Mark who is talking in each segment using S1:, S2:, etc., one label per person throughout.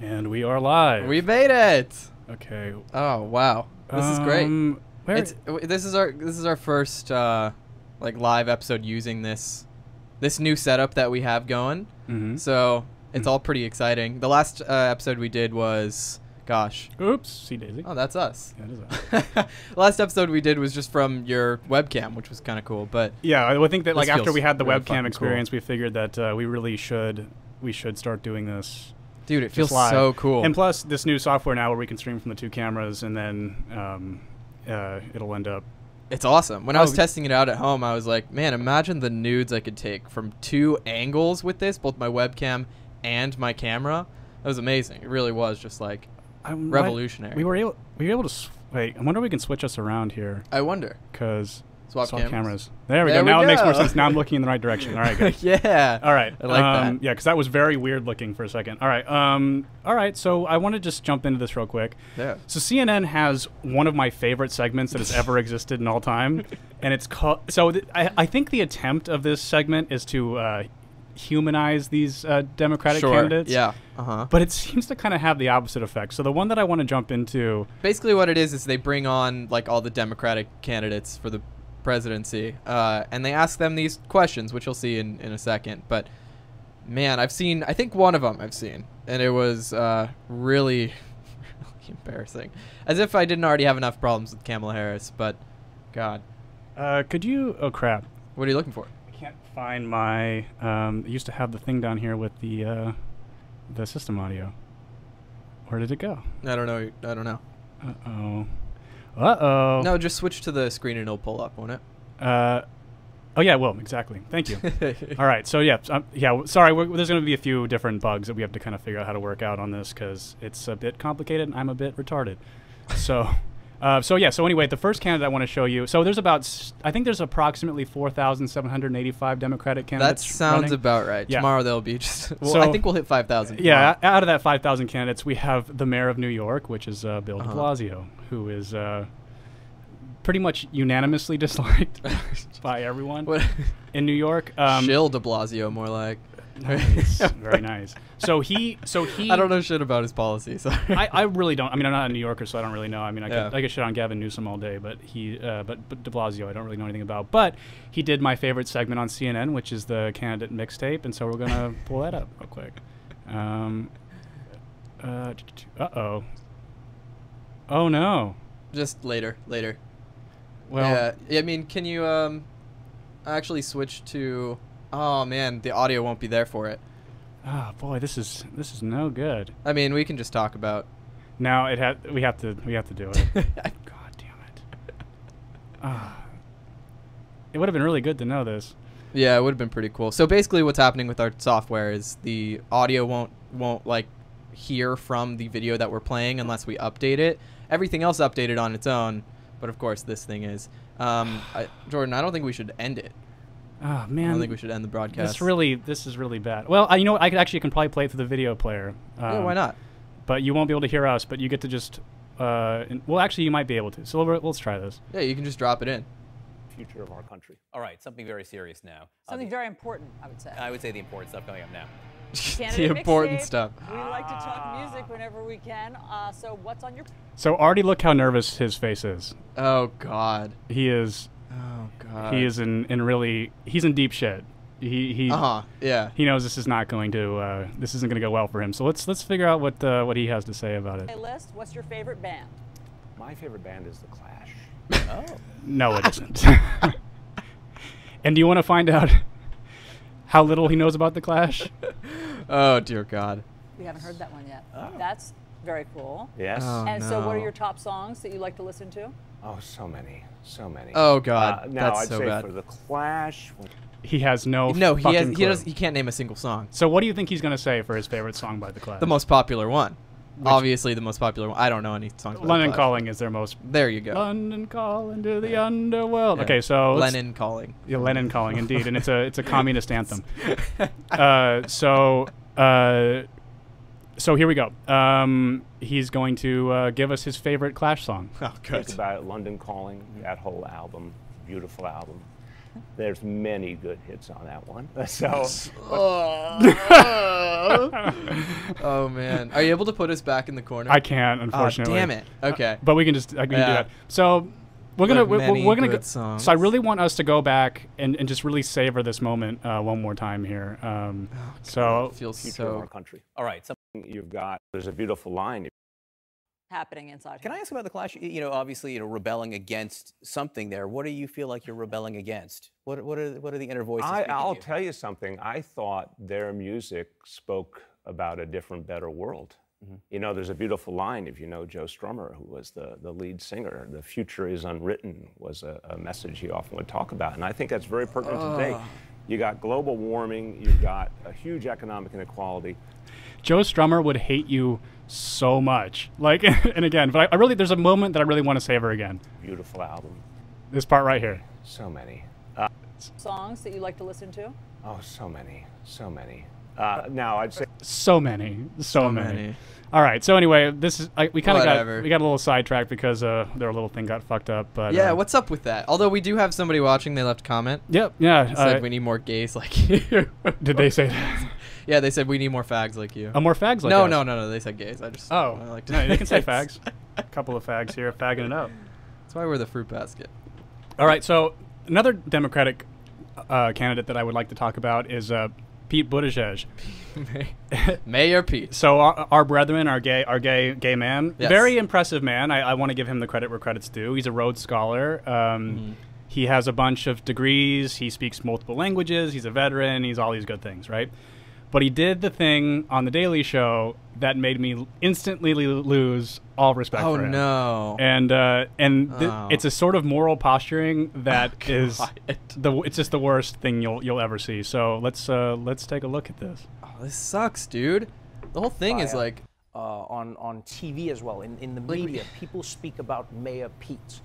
S1: And we are live.
S2: We made it.
S1: okay.
S2: Oh wow, this is great.
S1: Um, Where,
S2: It's w- this is our this is our first uh, like live episode using this this new setup that we have going.
S1: Mhm.
S2: So it's all pretty exciting. The last uh, episode we did was, gosh,
S1: Oops. See Daisy.
S2: oh that's us.
S1: That is us.
S2: last episode we did was just from your webcam, which was kind of cool. But
S1: yeah, I would think that like
S2: This
S1: after we
S2: feels
S1: had the
S2: really fucking
S1: webcam
S2: cool.
S1: experience, we figured that uh, we really should we should start doing this.
S2: dude, it
S1: just
S2: feels
S1: live.
S2: so cool.
S1: And plus, this new software now where we can stream from the two cameras, and then um, uh, it'll end up.
S2: It's awesome. When I was
S1: Oh.
S2: testing it out at home, I was like, man, imagine the nudes I could take from two angles with this, both my webcam and my camera. That was amazing. It really was just like
S1: I'm,
S2: revolutionary.
S1: We were able. We were able to. s wait, I wonder if we can switch us around here
S2: I wonder.
S1: because
S2: Swap cameras.
S1: There we
S2: There
S1: go.
S2: we
S1: now it makes more
S2: go.
S1: sense. Now I'm looking in the right direction. All right, good.
S2: yeah.
S1: All right.
S2: I like
S1: um,
S2: that.
S1: Yeah, because that was very weird looking for a second. All right. Um, all right. So I want to just jump into this real quick.
S2: Yeah.
S1: So CNN has one of my favorite segments that has ever existed in all time, and it's called. So th- I, I think the attempt of this segment is to uh, humanize these uh, Democratic
S2: sure.
S1: candidates.
S2: Yeah. Uh-huh.
S1: But it seems to kind of have the opposite effect. So the one that I want to jump into.
S2: Basically what it is is they bring on like all the Democratic candidates for the presidency uh, and they ask them these questions, which you'll see in, in a second. But man, I've seen I think one of them I've seen and it was uh, really really embarrassing. As if I didn't already have enough problems with Kamala Harris, but god,
S1: Uh, could you? Oh crap!
S2: what are you looking for?
S1: I can't find my. Um, I used to have the thing down here with the uh, the system audio. Where did it go?
S2: I don't know. I don't know.
S1: Uh oh. Uh oh.
S2: No, just switch to the screen and it'll pull up, won't
S1: Uh, oh yeah, well, exactly. Thank you.
S2: it?
S1: All right. So yeah, so, um, yeah. w- Sorry, we're, there's going to be a few different bugs that we have to kind of figure out how to work out on this because it's a bit complicated and I'm a bit retarded. So, uh, so yeah. So anyway, the first candidate I want to show you. So there's about, s- I think there's approximately 4,785 Democratic
S2: That
S1: candidates.
S2: sounds
S1: running.
S2: about right.
S1: Yeah.
S2: Tomorrow they'll be just. Well, I
S1: So-
S2: think we'll hit five thousand.
S1: Yeah, o- out of that 5,000 candidates, we have the mayor of New York, which is uh, Bill
S2: Uh-huh.
S1: de Blasio, who is uh, pretty much unanimously disliked by everyone
S2: What?
S1: in New York. Um,
S2: Shill De Blasio, more like.
S1: nice, very nice. So he, so he,
S2: I don't know shit about his policies. Sorry.
S1: I, I really don't. I mean, I'm not a New Yorker, so I don't really know. I mean, I
S2: Yeah.
S1: could I could shit on Gavin Newsom all day, but he, uh, but, but De Blasio, I don't really know anything about. But he did my favorite segment on CNN, which is the candidate mixtape, and so we're gonna pull that up real quick. Um, uh oh. Oh no.
S2: Just later, later.
S1: Well,
S2: yeah. I mean, can you um, actually switch to? Oh man, the audio won't be there for it.
S1: ah, boy, this is this is no good.
S2: I mean, we can just talk about.
S1: Now it ha- we have to we have to do it. God damn it. Ah. It would have been really good to know this.
S2: yeah, it would have been pretty cool. So basically, what's happening with our software is the audio won't won't like hear from the video that we're playing unless we update it. Everything else updated on its own, but of course this thing is. Um, I, Jordan, I don't think we should end it.
S1: Oh
S2: I
S1: man.
S2: don't think we should end the broadcast.
S1: This really, this is really bad. Well, I, you know, what, I could actually can probably play it through the video player.
S2: Yeah,
S1: um,
S2: why not?
S1: But you won't be able to hear us. But you get to just, uh, in- well, actually, you might be able to. So we'll, let's try this.
S2: Yeah, you can just drop it in.
S3: future of our country.
S4: All right, something very serious now. Uh,
S5: Something very important, I would say.
S4: I would say the important stuff coming up now.
S5: Candidate
S2: the important
S5: mixtape.
S2: stuff.
S5: We like to talk music whenever we can. Uh, so what's on your
S1: So already look how nervous his face is.
S2: Oh God.
S1: He is,
S2: Oh God.
S1: he is in, in really, he's in deep shit. He he
S2: Uh huh. Yeah.
S1: he knows this is not going to, uh, this isn't going to go well for him. So let's let's figure out what uh, what he has to say about it.
S5: playlist? What's your favorite band?
S3: My favorite band is The Clash.
S4: Oh,
S1: No, it isn't. and do you want to find out how little he knows about the Clash?
S2: Oh dear God.
S5: We haven't heard that one yet. That's very cool.
S3: Yes.
S2: Oh,
S5: and so what are
S2: no.
S5: your top songs that you like to listen to?
S3: oh, so many, so many.
S2: Oh, God,
S3: Uh, no,
S2: that's
S3: I'd
S2: so
S3: say
S2: bad.
S3: for The Clash.
S1: He has no.
S2: No, he has.
S1: fucking
S2: He
S1: clue.
S2: does. He can't name a single song.
S1: So what do you think he's gonna say for his favorite song by the Clash?
S2: The most popular one. obviously the most popular one. I don't know any songs. by The
S1: London
S2: Clash.
S1: Calling is their most.
S2: There you go.
S1: London Calling to the underworld.
S2: Yeah.
S1: Okay, so let's-
S2: Lennon calling.
S1: Yeah, Lennon Calling, indeed, and it's a it's a communist anthem. Uh, so uh, so here we go. Um, he's going to uh, give us his favorite Clash song.
S2: Oh,
S3: Think
S2: good.
S3: about it, London Calling,
S2: Mm-hmm.
S3: that whole album, beautiful album. There's many good hits on that one. So
S2: Oh man, are you able to put us back in the corner?
S1: I can't,
S2: Ah,
S1: unfortunately. Uh,
S2: damn it. Okay.
S1: But we can just I can do
S2: Yeah.
S1: that. So we're gonna
S2: There are
S1: we're, we're-
S2: many
S1: we're gonna
S2: good
S1: go,
S2: songs.
S1: So I really want us to go back and, and just really savor this moment uh, one more time here. Um, so
S2: Oh, it feels
S3: future
S2: so.
S3: of our country.
S4: All right. So
S3: You've got there's a beautiful line.
S5: happening inside.
S4: can I ask about the Clash? Y- You know, obviously, you know, rebelling against something there. What do you feel like you're rebelling against? What What are What are the inner voices?
S3: I,
S4: speaking to
S3: I'll
S4: you?
S3: tell you something. I thought their music spoke about a different, better world.
S4: Mm-hmm.
S3: You know, there's a beautiful line, if you know Joe Strummer, who was the, the lead singer. The future is unwritten was a, a message he often would talk about. And I think that's very pertinent today. You got global warming, you've got a huge economic inequality.
S1: Joe Strummer would hate you so much. Like and again, but I, I really there's a moment that I really want to savor again.
S3: Beautiful album.
S1: This part right here.
S3: So many.
S5: Songs that you like to listen to?
S3: Oh, so many. So many. Uh, now, I'd say
S1: So many, so, many.
S2: many.
S1: All right. So anyway, this is I, we kind of
S2: Whatever.
S1: got we got a little sidetracked because uh, their little thing got fucked up. But
S2: Yeah,
S1: uh,
S2: what's up with that? Although we do have somebody watching, they left a comment.
S1: Yep. Yeah.
S2: Said
S1: uh,
S2: we need more gays like you.
S1: did they say that?
S2: yeah, they said we need more fags like you.
S1: Uh, more fags? Like
S2: no,
S1: us.
S2: no, no, no. They said gays. I just.
S1: Oh,
S2: I like to-
S1: no, they can say fags. A couple of fags here, fagging it up.
S2: That's why we're the fruit basket.
S1: All right, so another Democratic uh, candidate that I would like to talk about is uh, Pete Buttigieg.
S2: Mayor Pete.
S1: So our, our brethren, our gay, our gay, gay man,
S2: Yes.
S1: very impressive man. I, I want to give him the credit where credit's due. He's a Rhodes Scholar. Um,
S2: Mm-hmm.
S1: He has a bunch of degrees. He speaks multiple languages. He's a veteran. He's all these good things, right? But he did the thing on the Daily Show that made me instantly lo- lose all respect
S2: Oh
S1: for him.
S2: no.
S1: and uh, and th-
S2: Oh.
S1: it's a sort of moral posturing that is
S2: God.
S1: the it's just the worst thing you'll you'll ever see. So let's uh, let's take a look at this.
S2: Oh, this sucks, dude. The whole thing is
S6: Fire.
S2: like
S6: uh, on, on TV as well, in, in the
S2: Like we-
S6: media. people speak about Mayor Pete.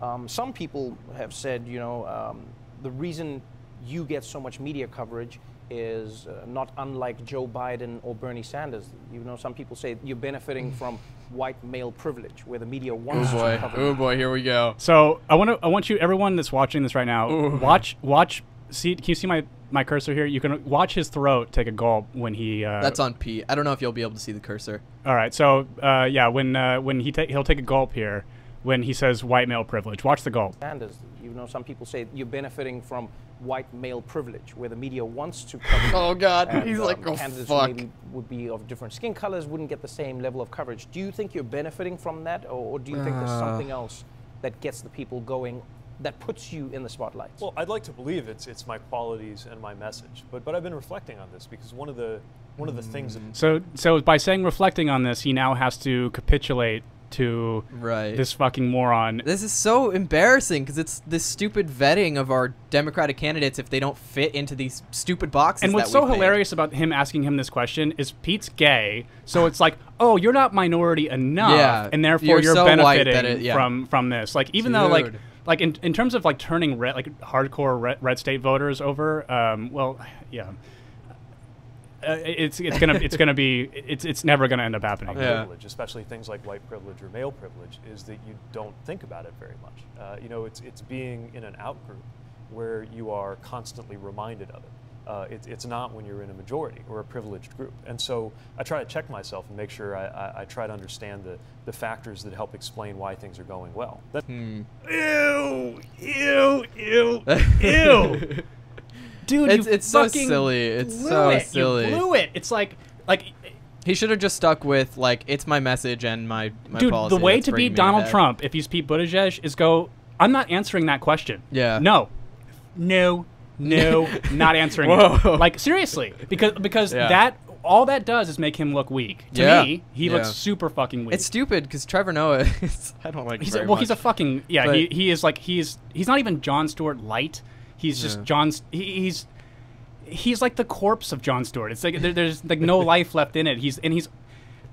S6: Um, some people have said, you know, um, the reason you get so much media coverage is uh, not unlike Joe Biden or Bernie Sanders. You know, some people say you're benefiting from white male privilege, where the media wants to
S2: boy.
S6: cover.
S2: Oh boy, here we go.
S1: So I want to I want you everyone that's watching this right now watch watch see can you see my my cursor here? You can watch his throat take a gulp when he. Uh,
S2: That's on Pete. I don't know if you'll be able to see the cursor.
S1: all right. So uh, yeah, when uh, when he ta- he'll take a gulp here when he says white male privilege. Watch the gulp.
S6: Sanders. You know, some people say you're benefiting from white male privilege, where the media wants to cover.
S2: Oh, God.
S6: and, um,
S2: He's like, "Oh,
S6: candidates
S2: fuck."
S6: who maybe would be of different skin colors, wouldn't get the same level of coverage. Do you think you're benefiting from that, or, or do you think there's something else that gets the people going, that puts you in the spotlight?
S7: Well, I'd like to believe it's it's my qualities and my message, but but I've been reflecting on this because one of the one of the things that
S1: So so by saying reflecting on this, he now has to capitulate to
S2: Right.
S1: this fucking moron
S2: This is so embarrassing because it's this stupid vetting of our Democratic candidates if they don't fit into these stupid boxes.
S1: And what's
S2: that
S1: so
S2: we've made.
S1: hilarious about him asking him this question is Pete's gay, so it's like, oh, you're not minority enough,
S2: Yeah,
S1: and therefore
S2: you're
S1: you're,
S2: so white that
S1: benefiting
S2: it- yeah.
S1: from from this. Like even though like
S2: Dude.
S1: like in, in terms of like turning red like hardcore red, red state voters over, um, well, yeah. Uh, it's it's gonna it's gonna be it's it's never gonna end up happening.
S2: Yeah.
S7: privilege, especially things like white privilege or male privilege, is that you don't think about it very much. Uh, you know, it's it's being in an out group where you are constantly reminded of it. Uh, it. It's not when you're in a majority or a privileged group. And so I try to check myself and make sure I, I, I try to understand the, the factors that help explain why things are going well. That-
S1: Ew, ew, ew, ew. Dude,
S2: It's-
S1: you
S2: it's so
S1: fucking
S2: silly. It's
S1: blew
S2: so
S1: it.
S2: silly.
S1: You blew it. It's like like
S2: He should have just stuck with, like, it's my message and my, my
S1: Dude,
S2: policy
S1: the way
S2: that's
S1: to
S2: bringing
S1: beat
S2: me
S1: Donald
S2: back.
S1: Trump, if he's Pete Buttigieg, is go. I'm not answering that question.
S2: Yeah.
S1: No. No. No. not answering
S2: Whoa.
S1: it. Like seriously, because because
S2: Yeah.
S1: that all that does is make him look weak. To
S2: Yeah.
S1: me, he
S2: Yeah.
S1: looks super fucking weak.
S2: It's stupid because Trevor Noah is. I don't like
S1: he's a,
S2: very
S1: well, he's a
S2: much.
S1: fucking yeah.
S2: But-
S1: He, he is like he's he's not even John Stewart light. He's just John's. He, he's he's like the corpse of John Stewart. It's like there, there's like no life left in it. He's and he's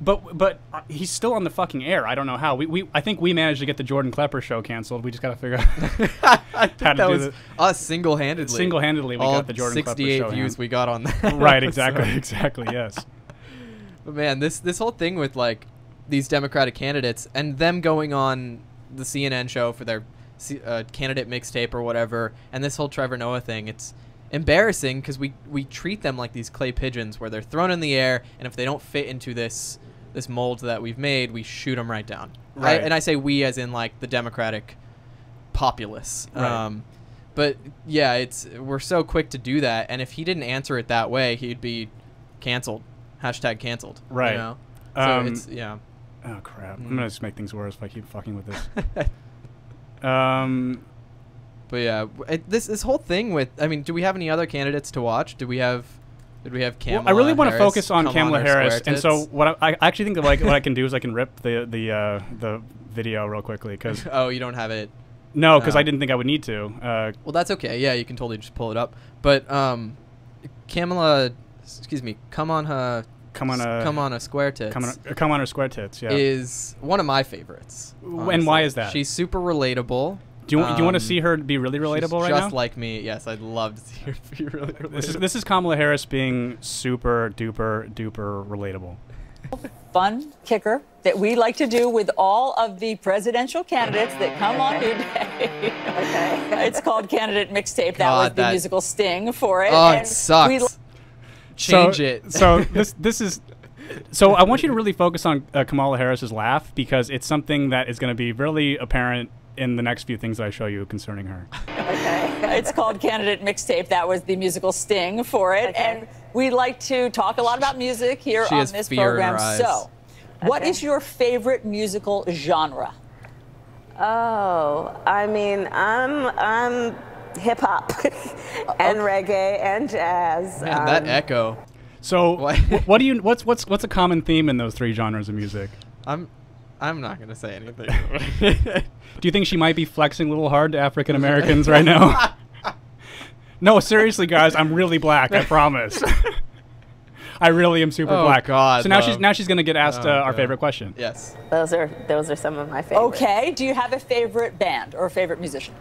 S1: But but uh, he's still on the fucking air. I don't know how. We, we I think we managed to get the Jordan Klepper show canceled. We just got to figure out.
S2: I think
S1: How to
S2: that
S1: do
S2: was
S1: the-
S2: us uh, single-handedly.
S1: Single-handedly, we
S2: all
S1: got the Jordan Klepper
S2: 68
S1: show
S2: views
S1: hand.
S2: we got on that. uh,
S1: right,
S2: episode.
S1: exactly, exactly. Yes.
S2: But man, this this whole thing with like these Democratic candidates and them going on the CNN show for their C- uh, candidate mixtape or whatever, and this whole Trevor Noah thing, it's embarrassing because we we treat them like these clay pigeons where they're thrown in the air, and if they don't fit into this this mold that we've made, we shoot them right down. I-
S1: Right.
S2: and I say we as in like the Democratic populace.
S1: Right.
S2: Um, but yeah, it's we're so quick to do that, and if he didn't answer it that way, he'd be canceled. Hashtag canceled. you
S1: Right.
S2: know? So
S1: Um,
S2: it's yeah.
S1: Oh crap!
S2: Hmm.
S1: I'm gonna just make things worse if I keep fucking with this. um,
S2: But yeah, w- it, this this whole thing with I mean, do we have any other candidates to watch? Do we have? Did we have Kamala?
S1: well, I really want to
S2: Harris
S1: focus on
S2: come
S1: Kamala
S2: her
S1: Harris,
S2: square
S1: and so
S2: tits?
S1: what I, I actually think that like what I can do is I can rip the the uh, the video real quickly because
S2: oh, you don't have it.
S1: no, because
S2: Oh.
S1: I didn't think I would need to. Uh,
S2: Well, that's okay. Yeah, you can totally just pull it up. But um, Kamala, s- excuse me, come on her.
S1: Come on
S2: s-
S1: a-
S2: come on a square tits.
S1: come on, uh, come on, her square tits. Yeah.
S2: is one of my favorites.
S1: W- and why
S2: honestly.
S1: is that?
S2: She's super relatable.
S1: do you, do you want to
S2: Um,
S1: see her be really
S2: she's
S1: relatable right
S2: just
S1: now?
S2: like me. Yes, I'd love to see her be really relatable.
S1: this is this is Kamala Harris being super duper duper relatable.
S5: Fun kicker that we like to do with all of the presidential candidates that come on today. okay. It's called Candidate Mixtape. that was
S2: God,
S5: the
S2: that-
S5: musical sting for it.
S2: oh,
S5: and
S2: it sucks.
S5: we
S2: Change
S1: so,
S2: it.
S1: so this this is. So I want you to really focus on uh, Kamala Harris's laugh because it's something that is going to be really apparent in the next few things that I show you concerning her.
S5: It's called Candidate Mixtape. That was the musical sting for it. And we like to talk a lot about music here
S2: She
S5: on
S2: has
S5: this
S2: fear in her
S5: program.
S2: eyes.
S5: So, what is your favorite musical genre?
S8: Oh, I mean, I'm I'm hip hop and reggae and jazz.
S2: Man, that
S8: Um,
S2: echo.
S1: So
S2: What?
S1: what? what do you what's what's what's a common theme in those three genres of music?
S2: I'm I'm not gonna say anything.
S1: Do you think she might be flexing a little hard to African Americans right now? no, seriously, guys, I'm really black. I promise. I really am super
S2: Oh,
S1: black.
S2: God,
S1: so now she's
S2: love.
S1: now she's gonna get asked
S2: Oh,
S1: uh, our
S2: God.
S1: favorite question.
S2: yes.
S8: those are those are some of my favorites.
S5: Okay. Do you have a favorite band or a favorite musician?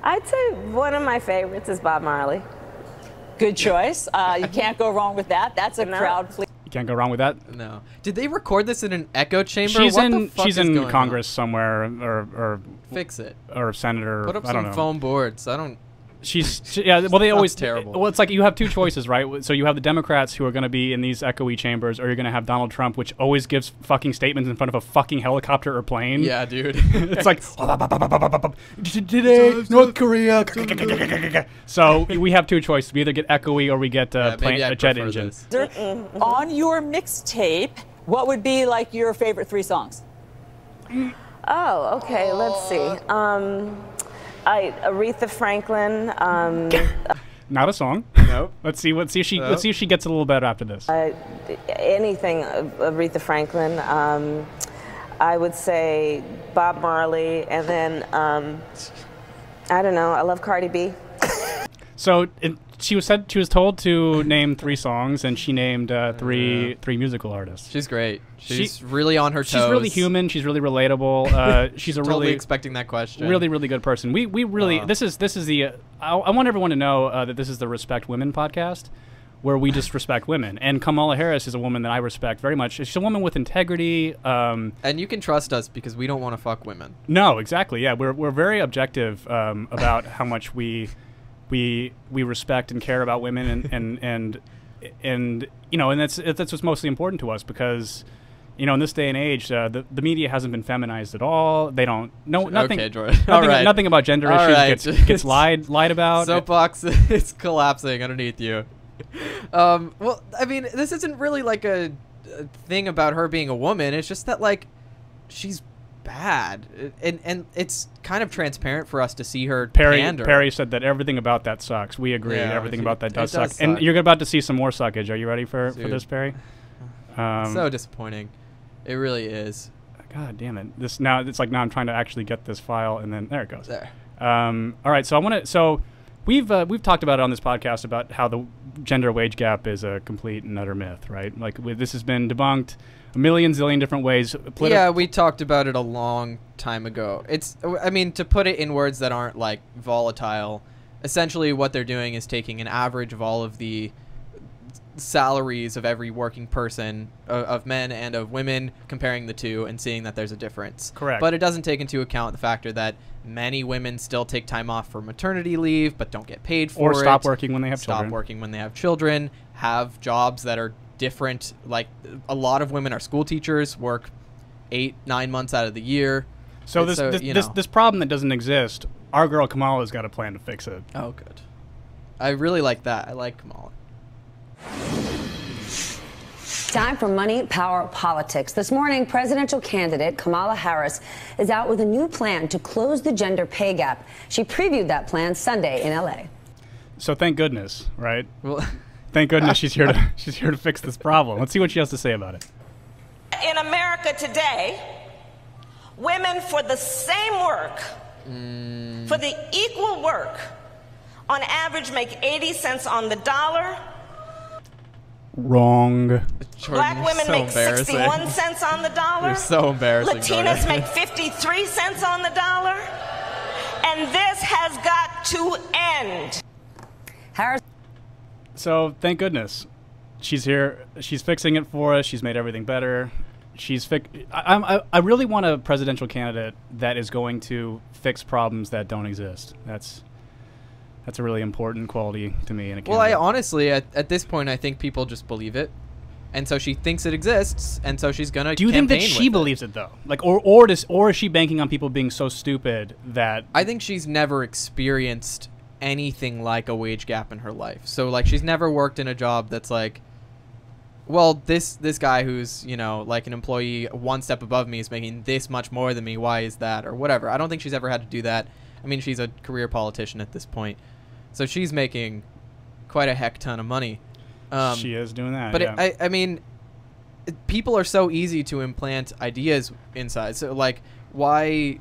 S8: I'd say one of my favorites is Bob Marley.
S5: Good choice. Uh, you can't go wrong with that. That's a
S8: No.
S5: crowd pleaser.
S1: You can't go wrong with that.
S2: No. Did they record this in an echo chamber?
S1: She's
S2: What the
S1: in
S2: fuck
S1: she's
S2: is going
S1: in
S2: on?
S1: Congress somewhere or
S2: Fix it.
S1: or or senator.
S2: Put up
S1: I don't
S2: some
S1: know.
S2: foam boards. I don't.
S1: She's she, yeah. Well, they always
S2: terrible.
S1: Well, it's like you have two choices, right? So you have the Democrats who are going to be in these echoey chambers, or you're going to have Donald Trump, which always gives fucking statements in front of a fucking helicopter or plane.
S2: Yeah, dude.
S1: it's like today North Korea. so we have two choices: we either get echoey or we get
S2: Yeah,
S1: uh,
S2: maybe
S1: plane,
S2: I
S1: a jet
S2: prefer
S1: engine.
S2: this. Mm-hmm.
S5: On your mixtape, what would be like your favorite three songs?
S8: Oh, okay. Let's see. Um, I Aretha Franklin. Um,
S1: Not a song.
S2: Nope.
S1: Let's see. Let's see if she.
S2: Nope.
S1: Let's see if she gets a little better after this.
S8: I- anything of Aretha Franklin. Um, I would say Bob Marley, and then um, I don't know. I love Cardi B.
S1: So it, she was said she was told to name three songs, and she named uh, three three musical artists.
S2: She's great.
S1: She-
S2: She's really on her toes.
S1: She's really human. She's really relatable. Uh, she's a
S2: Totally
S1: really,
S2: expecting that question.
S1: really, really good person. We we really this is this is the uh, I, I want everyone to know uh, that this is the Respect Women podcast, where we just respect women. And Kamala Harris is a woman that I respect very much. She's a woman with integrity. Um,
S2: And you can trust us because we don't want to fuck women.
S1: no, exactly. Yeah, we're we're very objective um, about how much we we we respect and care about women, and and and, and you know, and that's that's what's mostly important to us because. You know, in this day and age, uh, the, the media hasn't been feminized at all. They don't. No, nothing.
S2: Okay, Jordan.
S1: nothing,
S2: All right.
S1: nothing about gender
S2: All
S1: issues
S2: right.
S1: gets, gets lied lied about. Uh,
S2: Soapbox is collapsing underneath you. Um, well, I mean, this isn't really like a, a thing about her being a woman. It's just that like she's bad, and and it's kind of transparent for us to see her
S1: Perry
S2: pander.
S1: Perry said that everything about that sucks. We agree.
S2: Yeah,
S1: everything
S2: it-
S1: about that
S2: it
S1: does,
S2: does
S1: suck. And
S2: suck.
S1: you're about to see some more suckage. Are you ready for, for
S2: Dude.
S1: this, Perry? Um,
S2: so disappointing. It really is.
S1: God damn it! This now it's like now I'm trying to actually get this file, and then there it goes.
S2: There.
S1: Um, all right, so I want to. So we've uh, we've talked about it on this podcast about how the gender wage gap is a complete and utter myth, right? Like we, this has been debunked a million zillion different ways. Politi-
S2: yeah, we talked about it a long time ago. It's, I mean, to put it in words that aren't like volatile, essentially what they're doing is taking an average of all of the salaries of every working person, of, of men and of women, comparing the two and seeing that there's a difference.
S1: Correct.
S2: But it doesn't take into account the factor that many women still take time off for maternity leave but don't get paid for
S1: Or
S2: it.
S1: stop working when they have
S2: stop
S1: children.
S2: working when they have children, have jobs that are different. Like a lot of women are school teachers, work eight, nine months out of the year.
S1: So this this,
S2: you
S1: this,
S2: know.
S1: this problem that doesn't exist, our girl Kamala's got a plan to fix it.
S2: Oh, good. I really like that. I like Kamala.
S9: Time for money, power, politics. This morning, presidential candidate Kamala Harris is out with a new plan to close the gender pay gap. She previewed that plan Sunday in LA.
S1: So thank goodness, right?
S2: Well,
S1: Thank goodness she's here to she's here to fix this problem. Let's see what she has to say about it.
S10: in America today, women for the same work, for the equal work, on average make 80 cents on the dollar.
S1: Wrong.
S2: Jordan,
S10: Black
S2: you're
S10: women
S2: so
S10: make
S2: embarrassing.
S10: 61 cents on the dollar.
S2: You're so embarrassing,
S10: Latinas
S2: Jordan.
S10: make 53 cents on the dollar. And this has got to end.
S9: Harris
S1: So thank goodness she's here. She's fixing it for us. She's made everything better. She's fix. I, I'm- I I really want a presidential candidate that is going to fix problems that don't exist. That's that's a really important quality to me in a
S2: Well, I
S1: candidate.
S2: honestly, at, at this point, I think people just believe it, and so she thinks it exists, and so she's gonna.
S1: Do you think that
S2: campaign
S1: she
S2: with it.
S1: believes it though? Like, or or does or is she banking on people being so stupid that
S2: I think she's never experienced anything like a wage gap in her life. So like she's never worked in a job that's like well, this this guy who's, you know, like an employee one step above me is making this much more than me. Why is that or whatever. I don't think she's ever had to do that. I mean, she's a career politician at this point. So she's making quite a heck ton of money. Um,
S1: she is doing that?
S2: but
S1: Uh, yeah.
S2: it, I, I mean, it- people are so easy to implant ideas inside. So like, why,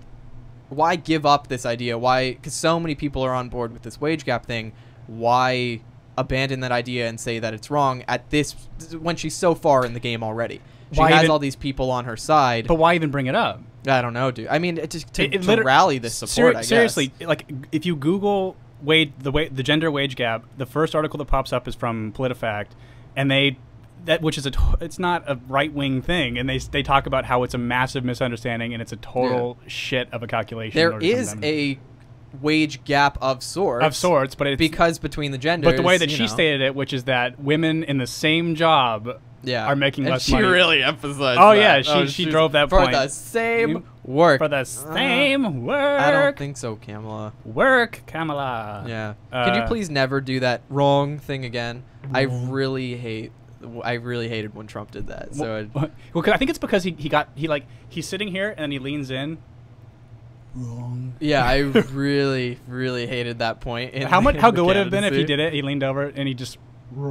S2: why give up this idea? Why? Because so many people are on board with this wage gap thing. Why abandon that idea and say that it's wrong at this when she's so far in the game already? She
S1: Why
S2: has
S1: even-
S2: all these people on her side.
S1: but why even bring it up?
S2: I don't know, dude. I mean, it just to,
S1: It- it
S2: to
S1: liter-
S2: rally this
S1: ser-
S2: support. I guess.
S1: seriously, like if you Google wage the wa- the gender wage gap, the first article that pops up is from PolitiFact, and they that which is a to- it's not a right wing thing, and they s- they talk about how it's a massive misunderstanding and it's a total shit of a calculation. in
S2: there
S1: order to come
S2: is
S1: down to-
S2: a wage gap of sorts.
S1: of sorts, but it's
S2: Because between the genders,
S1: But the way that
S2: you
S1: she
S2: know.
S1: stated it, which is that women in the same job
S2: yeah.
S1: are making
S2: and
S1: less
S2: she
S1: money.
S2: really emphasized.
S1: Oh,
S2: that.
S1: yeah, she- she
S2: she's-
S1: drove that
S2: for
S1: point.
S2: the same
S1: You-
S2: work.
S1: for the same work.
S2: I don't think so, Kamala.
S1: work, Kamala.
S2: Yeah. Can you
S1: Uh,
S2: please never do that wrong thing again? I really hate. I really hated when Trump did that. So it-
S1: Well, 'cause I think it's because he, he got he like he's sitting here and then he leans in.
S2: yeah, I really, really hated that point. in
S1: How
S2: the-
S1: much?
S2: in
S1: How
S2: the
S1: good would it have been if he
S2: candidacy.
S1: did it? He leaned over and he just. He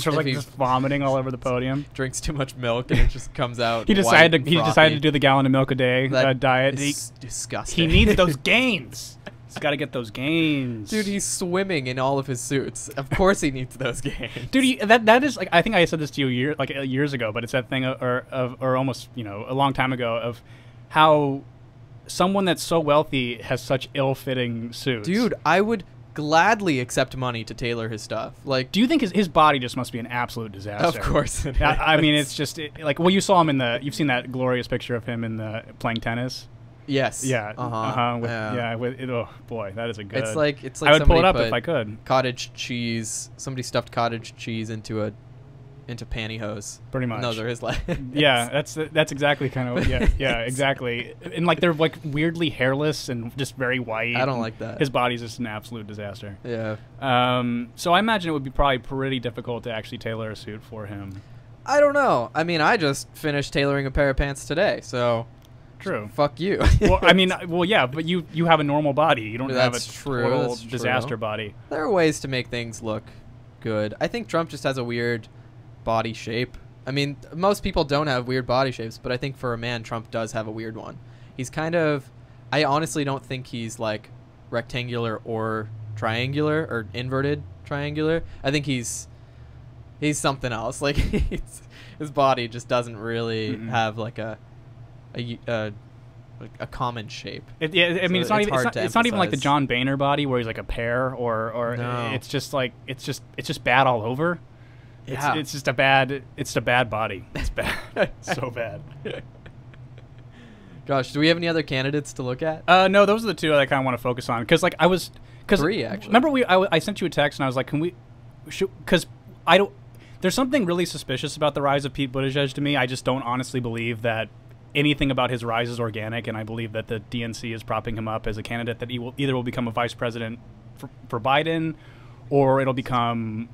S1: starts
S2: If
S1: like
S2: he-
S1: just vomiting all over the podium.
S2: Drinks too much milk and it just comes out.
S1: He
S2: white
S1: decided
S2: and
S1: to he decided to
S2: frothy.
S1: do the gallon of milk a day
S2: That
S1: uh, diet. He,
S2: is disgusting.
S1: he needs those gains. He's got to get those gains.
S2: Dude, he's swimming in all of his suits. Of course, he needs those games.
S1: Dude, you- that that is like I think I said this to you year like uh, years ago, but it's that thing of, or of or almost you know a long time ago of how someone that's so wealthy has such ill-fitting suits.
S2: Dude, I would gladly accept money to tailor his stuff. Like,
S1: do you think his his body just must be an absolute disaster?
S2: Of course it
S1: I, I mean,
S2: is.
S1: it's just it, like well, you saw him in the you've seen that glorious picture of him in the playing tennis.
S2: yes.
S1: Yeah.
S2: Uh-huh.
S1: uh-huh, with-
S2: yeah.
S1: yeah. With it, oh boy, that is a good.
S2: It's like it's like
S1: I would pull it
S2: somebody
S1: up if
S2: put
S1: I could.
S2: Cottage cheese. Somebody stuffed cottage cheese into a into pantyhose.
S1: Pretty
S2: And those
S1: much.
S2: are his legs.
S1: Yeah, that's that's exactly kind of yeah, yeah, exactly. And like they're like weirdly hairless and just very white.
S2: I don't
S1: and
S2: like that.
S1: His body's just an absolute disaster.
S2: Yeah.
S1: Um, so I imagine it would be probably pretty difficult to actually tailor a suit for him.
S2: I don't know. I mean, I just finished tailoring a pair of pants today, so
S1: True.
S2: fuck you.
S1: Oh. well, I mean, I- well, yeah, but you you have a normal body. You don't have a
S2: That's true,
S1: total
S2: that's true.
S1: disaster body.
S2: there are ways to make things look good. I think Trump just has a weird body shape. I mean, most people don't have weird body shapes, but I think for a man, Trump does have a weird one. He's kind of. I honestly don't think he's like rectangular or triangular or inverted triangular. I think he's he's something else. Like he's, his body just doesn't really
S1: Mm-mm.
S2: have like a a y- a, like a common shape.
S1: It, yeah, I
S2: So
S1: mean, it's not even it's
S2: hard
S1: not,
S2: to
S1: it's not even like the
S2: emphasize.
S1: John Boehner body where he's like a pear, or or
S2: No.
S1: it's just like it's just it's just bad all over. It's,
S2: Yeah.
S1: it's just a bad it's a bad body. It's bad, so bad.
S2: Gosh, do we have any other candidates to look at?
S1: Uh, no, those are the two that I kind of want to focus on because like I was because
S2: Three, actually.
S1: Remember we I, w- I sent you a text and I was like, can we? Because I don't. There's something really suspicious about the rise of Pete Buttigieg to me. I just don't honestly believe that anything about his rise is organic, and I believe that the DNC is propping him up as a candidate that he will either will become a vice president for, for Biden, or it'll become.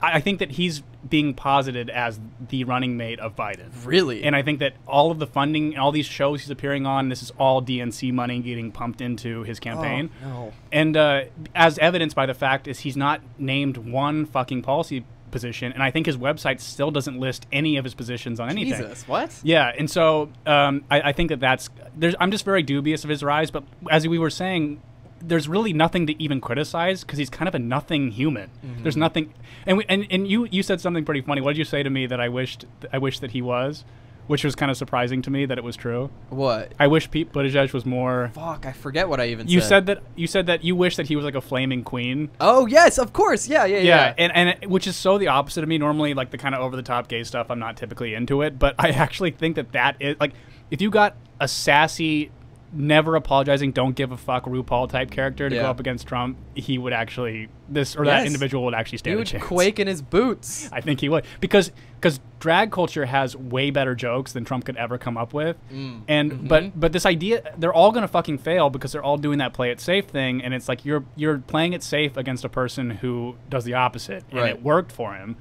S1: I I think that he's being posited as the running mate of Biden.
S2: Really?
S1: And I think that all of the funding and all these shows he's appearing on, this is all DNC money getting pumped into his campaign.
S2: Oh, no.
S1: And uh, as evidenced by the fact is he's not named one fucking policy position, and I think his website still doesn't list any of his positions on anything.
S2: Jesus, what?
S1: Yeah, and so um, I, I think that that's. There's, I'm just very dubious of his rise, but as we were saying, there's really nothing to even criticize because he's kind of a nothing human.
S2: Mm-hmm.
S1: There's nothing, and we, and and you you said something pretty funny. What did you say to me that I wished I wish that he was, which was kind of surprising to me that it was true.
S2: What?
S1: I wish Pete Buttigieg was more.
S2: Fuck, I forget what I even
S1: You
S2: said.
S1: said that you said that you wish that he was like a flaming queen.
S2: Oh yes, of course. Yeah, yeah, yeah.
S1: Yeah, and and it- which is so the opposite of me. Normally, like the kind of over the top gay stuff, I'm not typically into it. But I actually think that that is like, if you got a sassy, never apologizing, don't give a fuck RuPaul type character to go
S2: Yeah.
S1: up against Trump, he would actually this or that
S2: Yes.
S1: individual would actually stand
S2: he
S1: a
S2: would
S1: chance.
S2: quake in his boots.
S1: I think he would because because drag culture has way better jokes than Trump could ever come up with,
S2: Mm.
S1: and
S2: Mm-hmm.
S1: but but this idea they're all gonna fucking fail because they're all doing that play it safe thing, and it's like you're you're playing it safe against a person who does the opposite, and
S2: Right. Mm-hmm.
S1: it worked for him.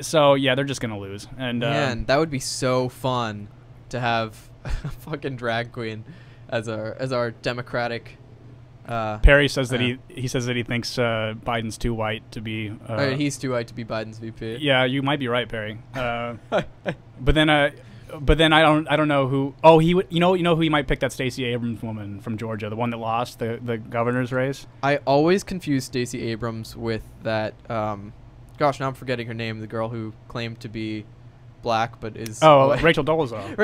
S1: So yeah, they're just gonna lose, and uh,
S2: Man, that would be so fun to have a fucking drag queen as our as our democratic. Uh,
S1: Perry says that
S2: Yeah.
S1: he he says that he thinks uh, Biden's too white to be. Uh,
S2: all right, he's too white to be Biden's VP.
S1: Yeah, you might be right, Perry. Uh, but then, uh, but then I don't, I don't know who. Oh, he would. You know, you know who he might pick that Stacey Abrams woman from Georgia, the one that lost the the governor's race.
S2: I always confuse Stacey Abrams with that. Um, gosh, now I'm forgetting her name. The girl who claimed to be black but is
S1: Oh,
S2: white.
S1: Rachel Dolezal.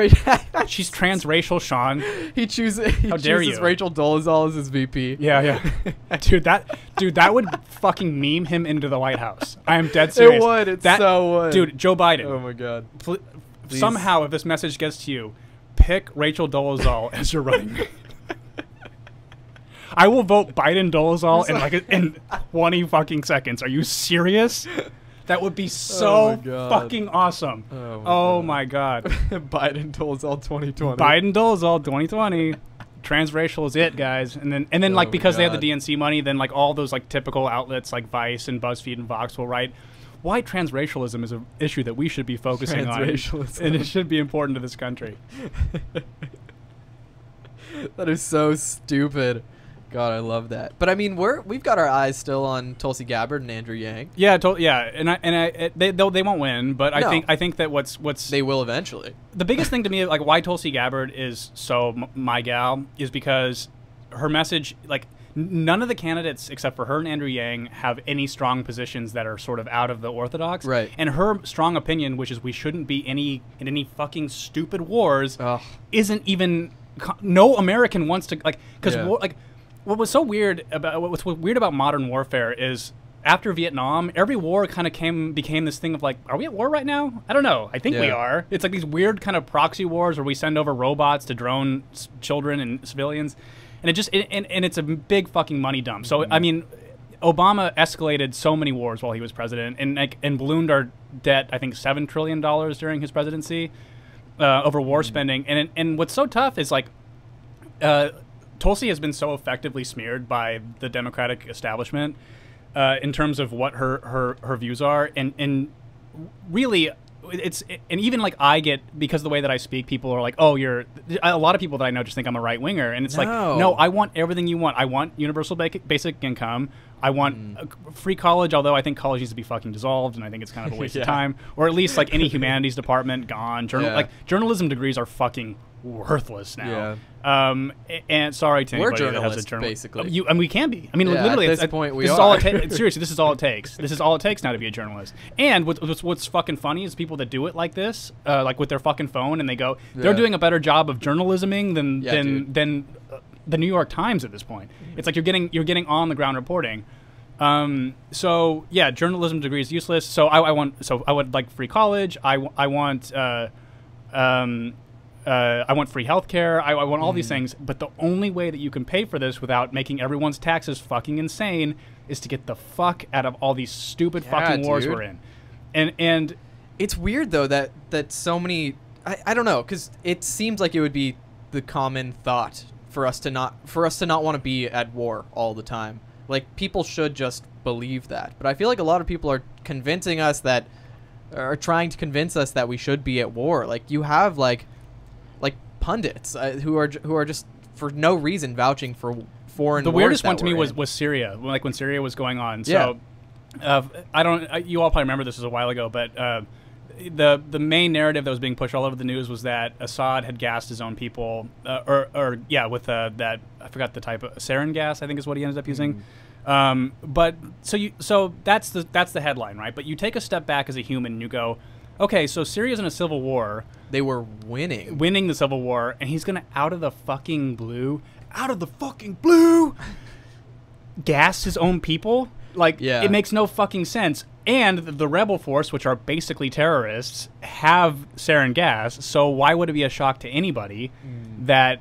S2: right.
S1: She's transracial, Sean.
S2: he chooses. He
S1: How dare
S2: chooses
S1: you.
S2: Rachel Dolezal as his VP.
S1: Yeah, yeah. dude, that dude, that would fucking meme him into the White House. I am dead
S2: it
S1: serious.
S2: would. It
S1: that,
S2: so would.
S1: Dude, Joe Biden.
S2: Oh my god.
S1: pl- somehow, if this message gets to you, pick Rachel Dolezal as your running mate. I will vote Biden Dolezal in like a, in twenty fucking seconds. Are you serious? That would be
S2: Oh my
S1: so
S2: God.
S1: fucking awesome.
S2: Oh my
S1: Oh
S2: God.
S1: my god.
S2: Biden Dolezal 2020.
S1: Biden Dolezal 2020. Transracial is it, guys. And then and then
S2: Oh
S1: like
S2: my
S1: because they have
S2: God.
S1: the DNC money, then like all those like typical outlets like Vice and BuzzFeed and Vox will write why transracialism is an issue that we should be focusing on,
S2: Transracialism.
S1: and it should be important to this country.
S2: That is so stupid. God, I love that. But I mean, we're we've got our eyes still on Tulsi Gabbard and Andrew Yang.
S1: Yeah, to- yeah, and I and I it, they they'll- they won't win, but I
S2: No.
S1: think I think that what's what's
S2: They will eventually.
S1: the biggest thing to me, like why Tulsi Gabbard is so m- my gal, is because her message, like n- none of the candidates except for her and Andrew Yang have any strong positions that are sort of out of the orthodox.
S2: Right.
S1: And her strong opinion, which is we shouldn't be any in any fucking stupid wars,
S2: Ugh.
S1: isn't even. co- No American wants to like because
S2: Yeah.
S1: like what was so weird about what's weird about modern warfare is after Vietnam, every war kind of came became this thing of like, are we at war right now? I don't know. I think we
S2: Yeah.
S1: are. It's like these weird kind of proxy wars where we send over robots to drone s- children and civilians, and it just and, and, and it's a big fucking money dump. So I mean, Obama escalated so many wars while he was president, and like and ballooned our debt. I think seven trillion dollars during his presidency uh, over war spending. And and what's so tough is like uh, Tulsi has been so effectively smeared by the Democratic establishment uh, in terms of what her, her, her views are, and and really, it's and even like I get because of the way that I speak, people are like, oh, you're. A lot of people that I know just think I'm a right winger, and it's
S2: No.
S1: like, no, I want everything you want. I want universal basic, basic income. I want uh, c- free college, although I think college needs to be fucking dissolved, and I think it's kind of a waste
S2: Yeah.
S1: of time, or at least like any humanities department gone. Journal
S2: Yeah.
S1: like journalism degrees are fucking worthless now. Um, a- and sorry to
S2: We're
S1: anybody that has
S2: journalists,
S1: a journal.
S2: basically.
S1: You, and we can be. I mean,
S2: Yeah, at
S1: literally.
S2: this
S1: it's,
S2: point, we
S1: this Is all
S2: are.
S1: it ta- seriously, this is all it takes. This is all it takes now to be a journalist. And what, what's, what's fucking funny is people that do it like this, uh, like with their fucking phone, and they go,
S2: Yeah.
S1: they're doing a better job of journalisming than
S2: Yeah,
S1: than
S2: dude.
S1: than uh, the New York Times at this point. It's like you're getting you're getting on the ground reporting. Um, so yeah, journalism degree is useless. So I, I want so I would like free college. I, w- I want uh, um, uh, I want free healthcare. I, I want all these
S2: Mm-hmm.
S1: things. But the only way that you can pay for this without making everyone's taxes fucking insane is to get the fuck out of all these stupid
S2: Yeah,
S1: fucking wars
S2: dude.
S1: we're in. And and
S2: It's weird though that that so many I, I don't know cuz it seems like it would be the common thought for us to not for us to not want to be at war all the time. Like people should just believe that. But I feel like a lot of people are convincing us that are trying to convince us that we should be at war. Like you have like like pundits uh, who are ju- who are just for no reason vouching for foreign
S1: the
S2: wars
S1: weirdest
S2: that
S1: one to me
S2: we're
S1: was
S2: in.
S1: was Syria, when- like when Syria was going on.
S2: Yeah.
S1: So uh, I don't. I, you all probably remember this was a while ago, but uh, the the main narrative that was being pushed all over the news was that Assad had gassed his own people, uh, or or yeah, with uh, that I forgot the type of sarin gas. I think is what he ended up using.
S2: Mm-hmm.
S1: Um, but so you so that's the that's the headline, right? But you take a step back as a human and you go, okay, so Syria's in a civil war
S2: they were winning.
S1: winning the Civil War, and he's gonna out of the fucking blue, out of the fucking blue, gas his own people. Like,
S2: Yeah.
S1: it makes no fucking sense. And the rebel force, which are basically terrorists, have sarin gas. So why would it be a shock to anybody
S2: Mm.
S1: that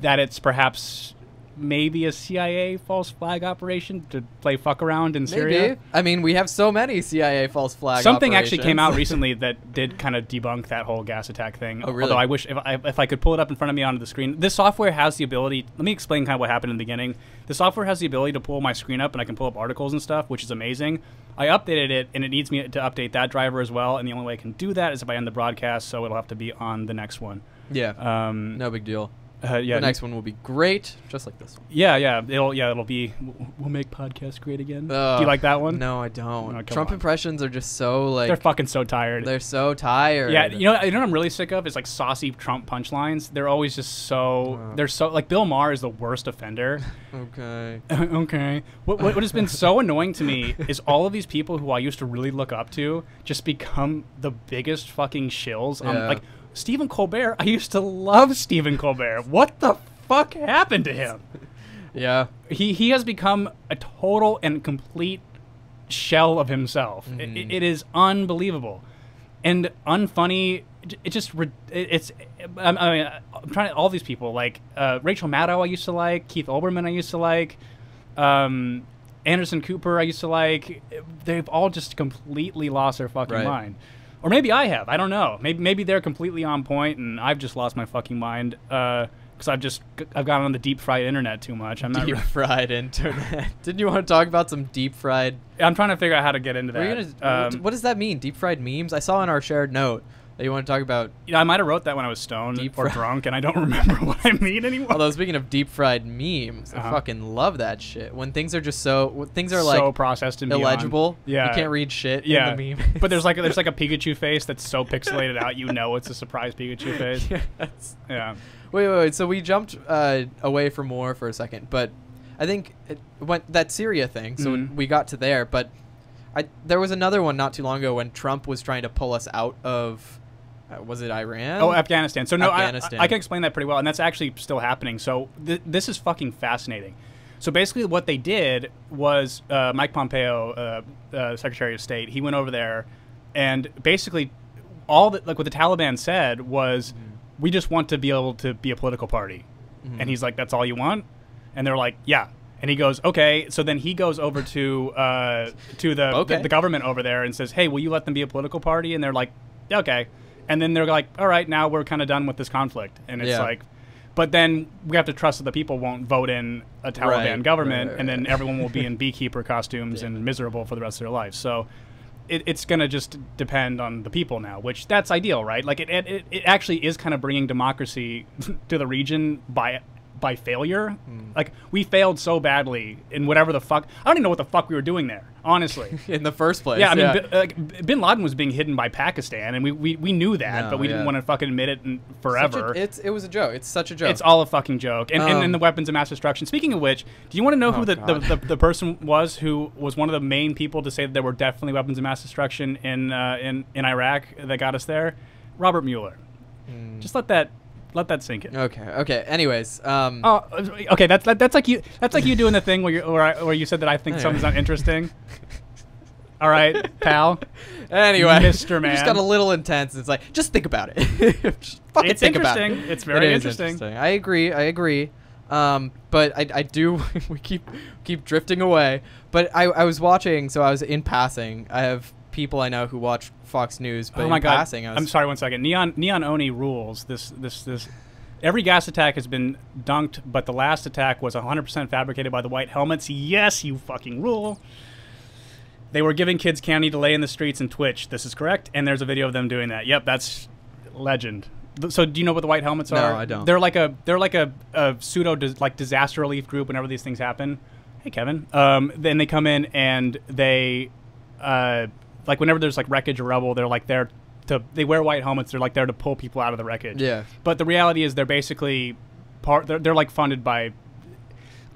S1: that it's perhaps maybe a CIA false flag operation to play fuck around in Syria?
S2: Maybe. I mean, we have so many CIA false flag.
S1: Something actually came out
S2: operations.
S1: recently that did kind of debunk that whole gas attack thing.
S2: Oh, really?
S1: Although I wish if I, if I could pull it up in front of me onto the screen. This software has the ability. Let me explain kind of what happened in the beginning. The software has the ability to pull my screen up, and I can pull up articles and stuff, which is amazing. I updated it, and it needs me to update that driver as well. And the only way I can do that is if I end the broadcast, so it'll have to be on the next one.
S2: Yeah.
S1: Um,
S2: no big deal.
S1: uh, yeah,
S2: the next one will be great, just like this one.
S1: Yeah, yeah, it'll yeah, it'll be. "We'll- We'll make podcasts great again. Do
S2: Ugh,
S1: you like that one?
S2: No, I don't.
S1: Oh, come
S2: Trump
S1: on.
S2: impressions are just so like
S1: They're
S2: they're,
S1: fucking so tired.
S2: so tired.
S1: Yeah, you know, you know what I'm really sick of is like saucy Trump punchlines. They're always just so they're so like Bill Maher is the worst offender.
S2: Okay.
S1: okay. What, what what has been so annoying to me is all of these people who I used to really look up to just become the biggest fucking shills. on
S2: Yeah.
S1: like Stephen Colbert. I used to love Stephen Colbert. What the fuck happened to him?
S2: Yeah.
S1: he he has become a total and complete shell of himself. I- I- it is unbelievable and unfunny. It- It just re- it- it's I, I mean I'm trying to all these people like uh, Rachel Maddow I used to like Keith Olbermann I used to like um, Anderson Cooper I used to like they've all just completely lost their fucking
S2: Right.
S1: mind. Or maybe I have. I don't know. Maybe maybe they're completely on point, and I've just lost my fucking mind because I've just I've gotten on the deep fried internet too much. I'm not.
S2: Deep
S1: re-
S2: fried internet. Didn't you want to talk about some deep fried?
S1: I'm trying to figure out how to get into
S2: Were you
S1: that.
S2: gonna- what-
S1: Um,
S2: what does that mean? Deep fried memes? I saw in our shared note that you want to talk about.
S1: you know, I might have wrote that when I was stoned
S2: Deep
S1: or
S2: fry-
S1: drunk, and I don't remember what I mean anymore.
S2: Although speaking of deep fried memes, I
S1: Uh-huh.
S2: fucking love that shit. When things are just so when things are like
S1: so processed and beyond.
S2: illegible,
S1: Yeah,
S2: you can't read shit
S1: Yeah,
S2: in the meme.
S1: but there's like there's like a Pikachu face that's so pixelated out, you know it's a surprise Pikachu face. Yeah.
S2: Yes. Wait, wait, wait. So we jumped uh, away from war for a second, but I think it went that Syria thing. So
S1: Mhm.
S2: we got to there, but I there was another one not too long ago when Trump was trying to pull us out of uh, was it Iran?
S1: Oh, Afghanistan. So no, I-
S2: Afghanistan.
S1: I, I can explain that pretty well, and that's actually still happening. So th- this is fucking fascinating. So basically, what they did was uh, Mike Pompeo, uh, uh, Secretary of State, he went over there, and basically, all that like what the Taliban said was,
S2: Mm-hmm.
S1: we just want to be able to be a political party, and he's like, that's all you want, and they're like, yeah. And he goes, okay. So then he goes over to uh, to the,
S2: Okay.
S1: the the government over there and says, "Hey, will you let them be a political party?" And they're like, "Yeah, "Okay." And then they're like, "All right, now we're kind of done with this conflict." And it's
S2: Yeah.
S1: like, but then we have to trust that the people won't vote in a Taliban
S2: Right,
S1: government,
S2: right,
S1: and then
S2: right.
S1: everyone will be in beekeeper costumes and miserable for the rest of their lives. So. It, it's going to just depend on the people now, which that's ideal, right? Like it, it, it actually is kind of bringing democracy to the region by by
S2: Hmm.
S1: failure. Like we failed so badly in whatever the fuck. I don't even know what the fuck we were doing there. honestly.
S2: in the first place.
S1: Yeah, I mean, Bi- like, Bin Laden was being hidden by Pakistan, and we, we, we knew that,
S2: No,
S1: but we
S2: yeah.
S1: didn't want to fucking admit it in,
S2: Such a-
S1: forever.
S2: it's it was a joke. It's such a joke.
S1: It's all a fucking joke. And, and,
S2: Um,
S1: and the weapons of mass destruction. Speaking of which, do you want to know
S2: Oh,
S1: who the, the,
S2: God.
S1: the, the person was who was one of the main people to say that there were definitely weapons of mass destruction in, uh, in, in Iraq that got us there? Robert Mueller.
S2: Hmm.
S1: Just let that let that sink in.
S2: okay. Okay. Anyways, um,
S1: Oh, okay. That's that, that's like you. That's like you doing the thing where you where, I, where you said that I think
S2: Anyway.
S1: something's not interesting. All right, pal.
S2: anyway,
S1: Mr.
S2: it just
S1: Man.
S2: got a little intense. It's like just think about it. Just fucking
S1: It's
S2: think about it.
S1: interesting. It's very
S2: is
S1: interesting.
S2: I agree. I agree. Um, but I, I do we keep keep drifting away. But I, I was watching, so I was in passing. I have people I know who watch Fox News, but
S1: oh my
S2: in
S1: god.
S2: passing, I was
S1: I'm sorry. One second. Neon Neon Oni rules. This this this. Every gas attack has been dunked, but the last attack was 100% fabricated by the White Helmets. Yes, you fucking rule. They were giving kids candy to lay in the streets and Twitch. This is correct. And there's a video of them doing that. Yep, that's legend. Th- So do you know what the White Helmets
S2: No,
S1: are?
S2: I don't.
S1: They're like a they're like a, a pseudo dis- like disaster relief group. Whenever these things happen, hey Kevin. Um, then they come in and they, uh, like whenever there's like wreckage or rubble, they're like there to they wear white helmets. They're like there to pull people out of the wreckage.
S2: Yeah.
S1: But the reality is they're basically part. They're, they're like funded by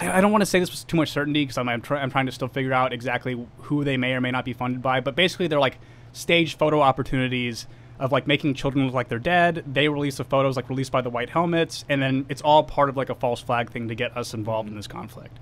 S1: I, I don't want to say this with too much certainty because I'm I'm, try- I'm trying to still figure out exactly who they may or may not be funded by. But basically, they're like staged photo opportunities of like making children look like they're dead. They release the photos like released by the White Helmets, and then it's all part of like a false flag thing to get us involved in this conflict.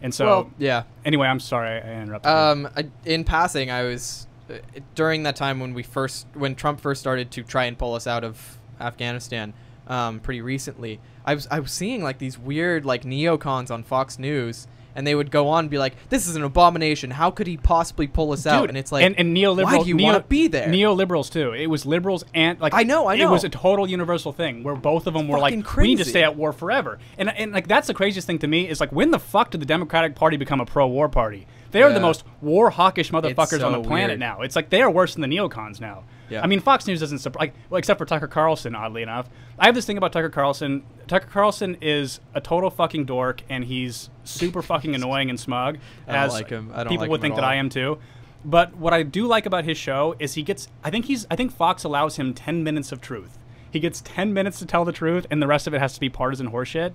S1: And so,
S2: Well, yeah.
S1: Anyway, I'm sorry I interrupted. you.
S2: Um, I, in passing, I was uh, during that time when we first, when Trump first started to try and pull us out of Afghanistan, um, pretty recently. I was, I was seeing like these weird like neocons on Fox News, and they would go on and be like, "This is an abomination. How could he possibly pull us out?"
S1: Dude,
S2: And it's like,
S1: and, and neoliberal.
S2: Why do you
S1: neo-
S2: want to be there?
S1: Neoliberals too. It was liberals and like
S2: I know, I
S1: It
S2: know.
S1: was a total universal thing where both of them were like,
S2: fucking
S1: we need to
S2: crazy.
S1: stay at war forever. And and like that's the craziest thing to me is like when the fuck did the Democratic Party become a pro-war party? They are
S2: Yeah.
S1: the most war hawkish motherfuckers on
S2: so
S1: the planet
S2: weird.
S1: now. It's like they are worse than the neocons now.
S2: Yeah.
S1: I mean, Fox News doesn't surprise, like, well, except for Tucker Carlson. Oddly enough, I have this thing about Tucker Carlson. Tucker Carlson is a total fucking dork, and he's super fucking annoying and smug.
S2: I don't
S1: as
S2: like him. I don't
S1: people
S2: like
S1: would
S2: him at
S1: think that
S2: all.
S1: I am too. But what I do like about his show is he gets. I think he's. I think Fox allows him ten minutes of truth. He gets ten minutes to tell the truth, and the rest of it has to be partisan horseshit.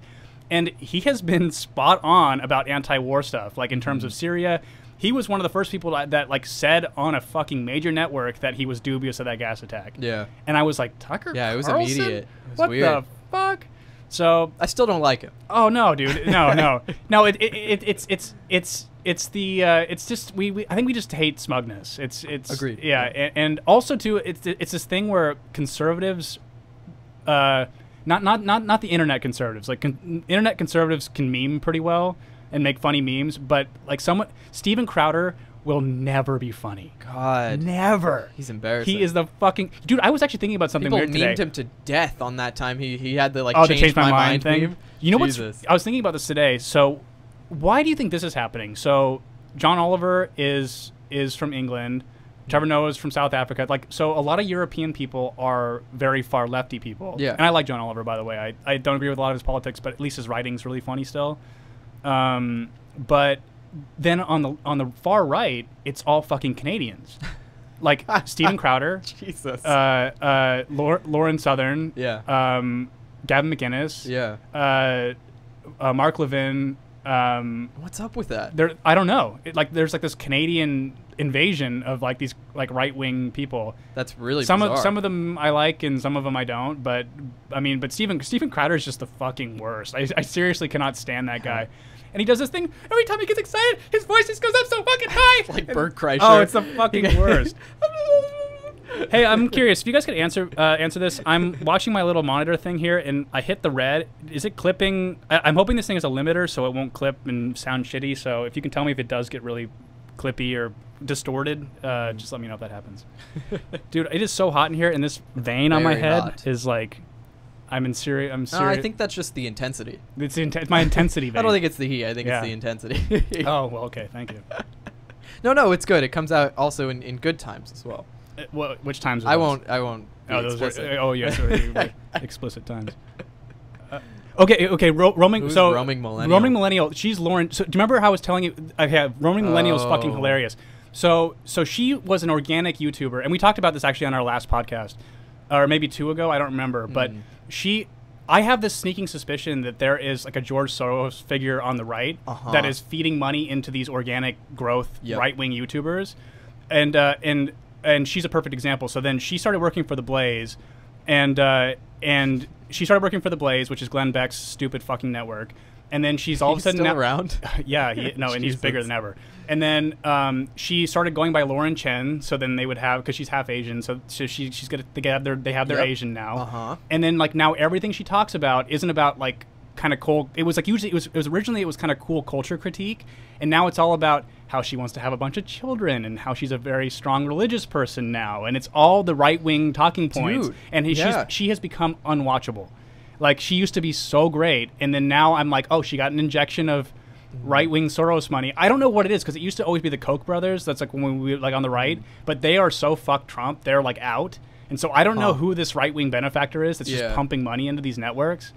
S1: And he has been spot on about anti-war stuff, like in terms
S2: Mm-hmm.
S1: of Syria. He was one of the first people that, that like said on a fucking major network that he was dubious of that gas attack.
S2: Yeah.
S1: And I was like, Tucker.
S2: Yeah, it was
S1: Carlson?
S2: immediate. It was
S1: what
S2: weird.
S1: the fuck? So
S2: I still don't like him.
S1: Oh no, dude. No, no, no. It, it, it it's it's it's it's the uh, it's just we, we I think we just hate smugness. It's it's
S2: Agreed.
S1: Yeah, a- And, also too, it's it's this thing where conservatives, uh, not not not not the internet conservatives. Like con- internet conservatives can meme pretty well and make funny memes, but like someone Steven Crowder will never be funny.
S2: God,
S1: Never.
S2: He's embarrassing.
S1: He is the fucking dude. I was actually thinking about something
S2: people
S1: weird
S2: memed
S1: today
S2: him to death on that time. He he had the like
S1: oh,
S2: change,
S1: the change my, mind, thing.
S2: meme.
S1: You know
S2: Jesus.
S1: what's? I was thinking about this today. So, why do you think this is happening? So, John Oliver is is from England. Trevor Noah is from South Africa. Like, so a lot of European people are very far lefty people.
S2: Yeah.
S1: And I like John Oliver, by the way. I, I don't agree with a lot of his politics, but at least his writing's really funny still. Um, but then on the on the far right, it's all fucking Canadians, like Stephen Crowder,
S2: Jesus.
S1: uh, uh, Lor- Lauren Southern,
S2: Yeah.
S1: um, Gavin McInnes,
S2: yeah.
S1: uh, uh, Mark Levin. Um,
S2: What's up with that?
S1: there, I don't know. It, like, there's like this Canadian invasion of like these like right wing people.
S2: That's really
S1: some
S2: bizarre.
S1: of some of them I like and some of them I don't. But I mean, but Stephen Stephen Crowder is just the fucking worst. I, I seriously cannot stand that guy.
S2: Uh-huh.
S1: And he does this thing every time he gets excited, his voice just goes up so fucking high.
S2: like
S1: And-
S2: Bert Kreischer.
S1: Oh, it's the fucking worst. hey, I'm curious. If you guys could answer uh, answer this, I'm watching my little monitor thing here, and I hit the red. Is it clipping? I- I'm hoping this thing is a limiter, so it won't clip and sound shitty. So if you can tell me if it does get really clippy or distorted, uh, just let me know if that happens. Dude, it is so hot in here, and this vein on my
S2: Very
S1: head
S2: hot.
S1: is like, I'm in serious. I'm
S2: No,
S1: serious.
S2: I think that's just the intensity.
S1: it's, the inten- it's my intensity vein.
S2: I don't think it's the heat. I think
S1: Yeah.
S2: it's the intensity.
S1: Oh well, okay, thank you.
S2: No, no, it's good. It comes out also in, in good times as well.
S1: Uh, wh- which times? are
S2: I
S1: those?
S2: won't. I won't. be
S1: Oh, those
S2: explicit.
S1: are, oh yes, those are explicit times. Okay, okay. Ro- roaming.
S2: Who's
S1: so
S2: roaming millennial?
S1: Roaming millennial. She's Lauren. So do you remember how I was telling you? Okay, roaming millennial is fucking
S2: Oh.
S1: hilarious. So so she was an organic YouTuber, and we talked about this actually on our last podcast, or maybe two ago. I don't
S2: Hmm.
S1: remember, but she. I have this sneaking suspicion that there is like a George Soros figure on the right
S2: Uh-huh.
S1: that is feeding money into these organic growth
S2: Yep.
S1: right wing YouTubers, and uh, and and she's a perfect example. So then she started working for the Blaze, and uh, and she started working for the Blaze, which is Glenn Beck's stupid fucking network. And then she's all of a
S2: He's
S1: sudden
S2: still
S1: now-
S2: around?
S1: yeah, he, no, and he's bigger
S2: Jesus.
S1: than ever. And then um, she started going by Lauren Chen. So then they would have because she's half Asian. So, so she she's gonna they have their they have their
S2: Yep.
S1: Asian now.
S2: Uh-huh.
S1: And then like now everything she talks about isn't about like kind of cool. It was like usually it was it was originally it was kind of cool culture critique, and now it's all about how she wants to have a bunch of children and how she's a very strong religious person now, and it's all the right wing talking points.
S2: Dude,
S1: and he,
S2: yeah.
S1: she's, she has become unwatchable. Like she used to be so great, and then now I'm like, oh, she got an injection of right wing Soros money. I don't know what it is because it used to always be the Koch brothers. That's like when we were like on the right, but they are so fuck Trump. They're like out, and so I don't know who this right wing benefactor is that's
S2: Yeah.
S1: just pumping money into these networks.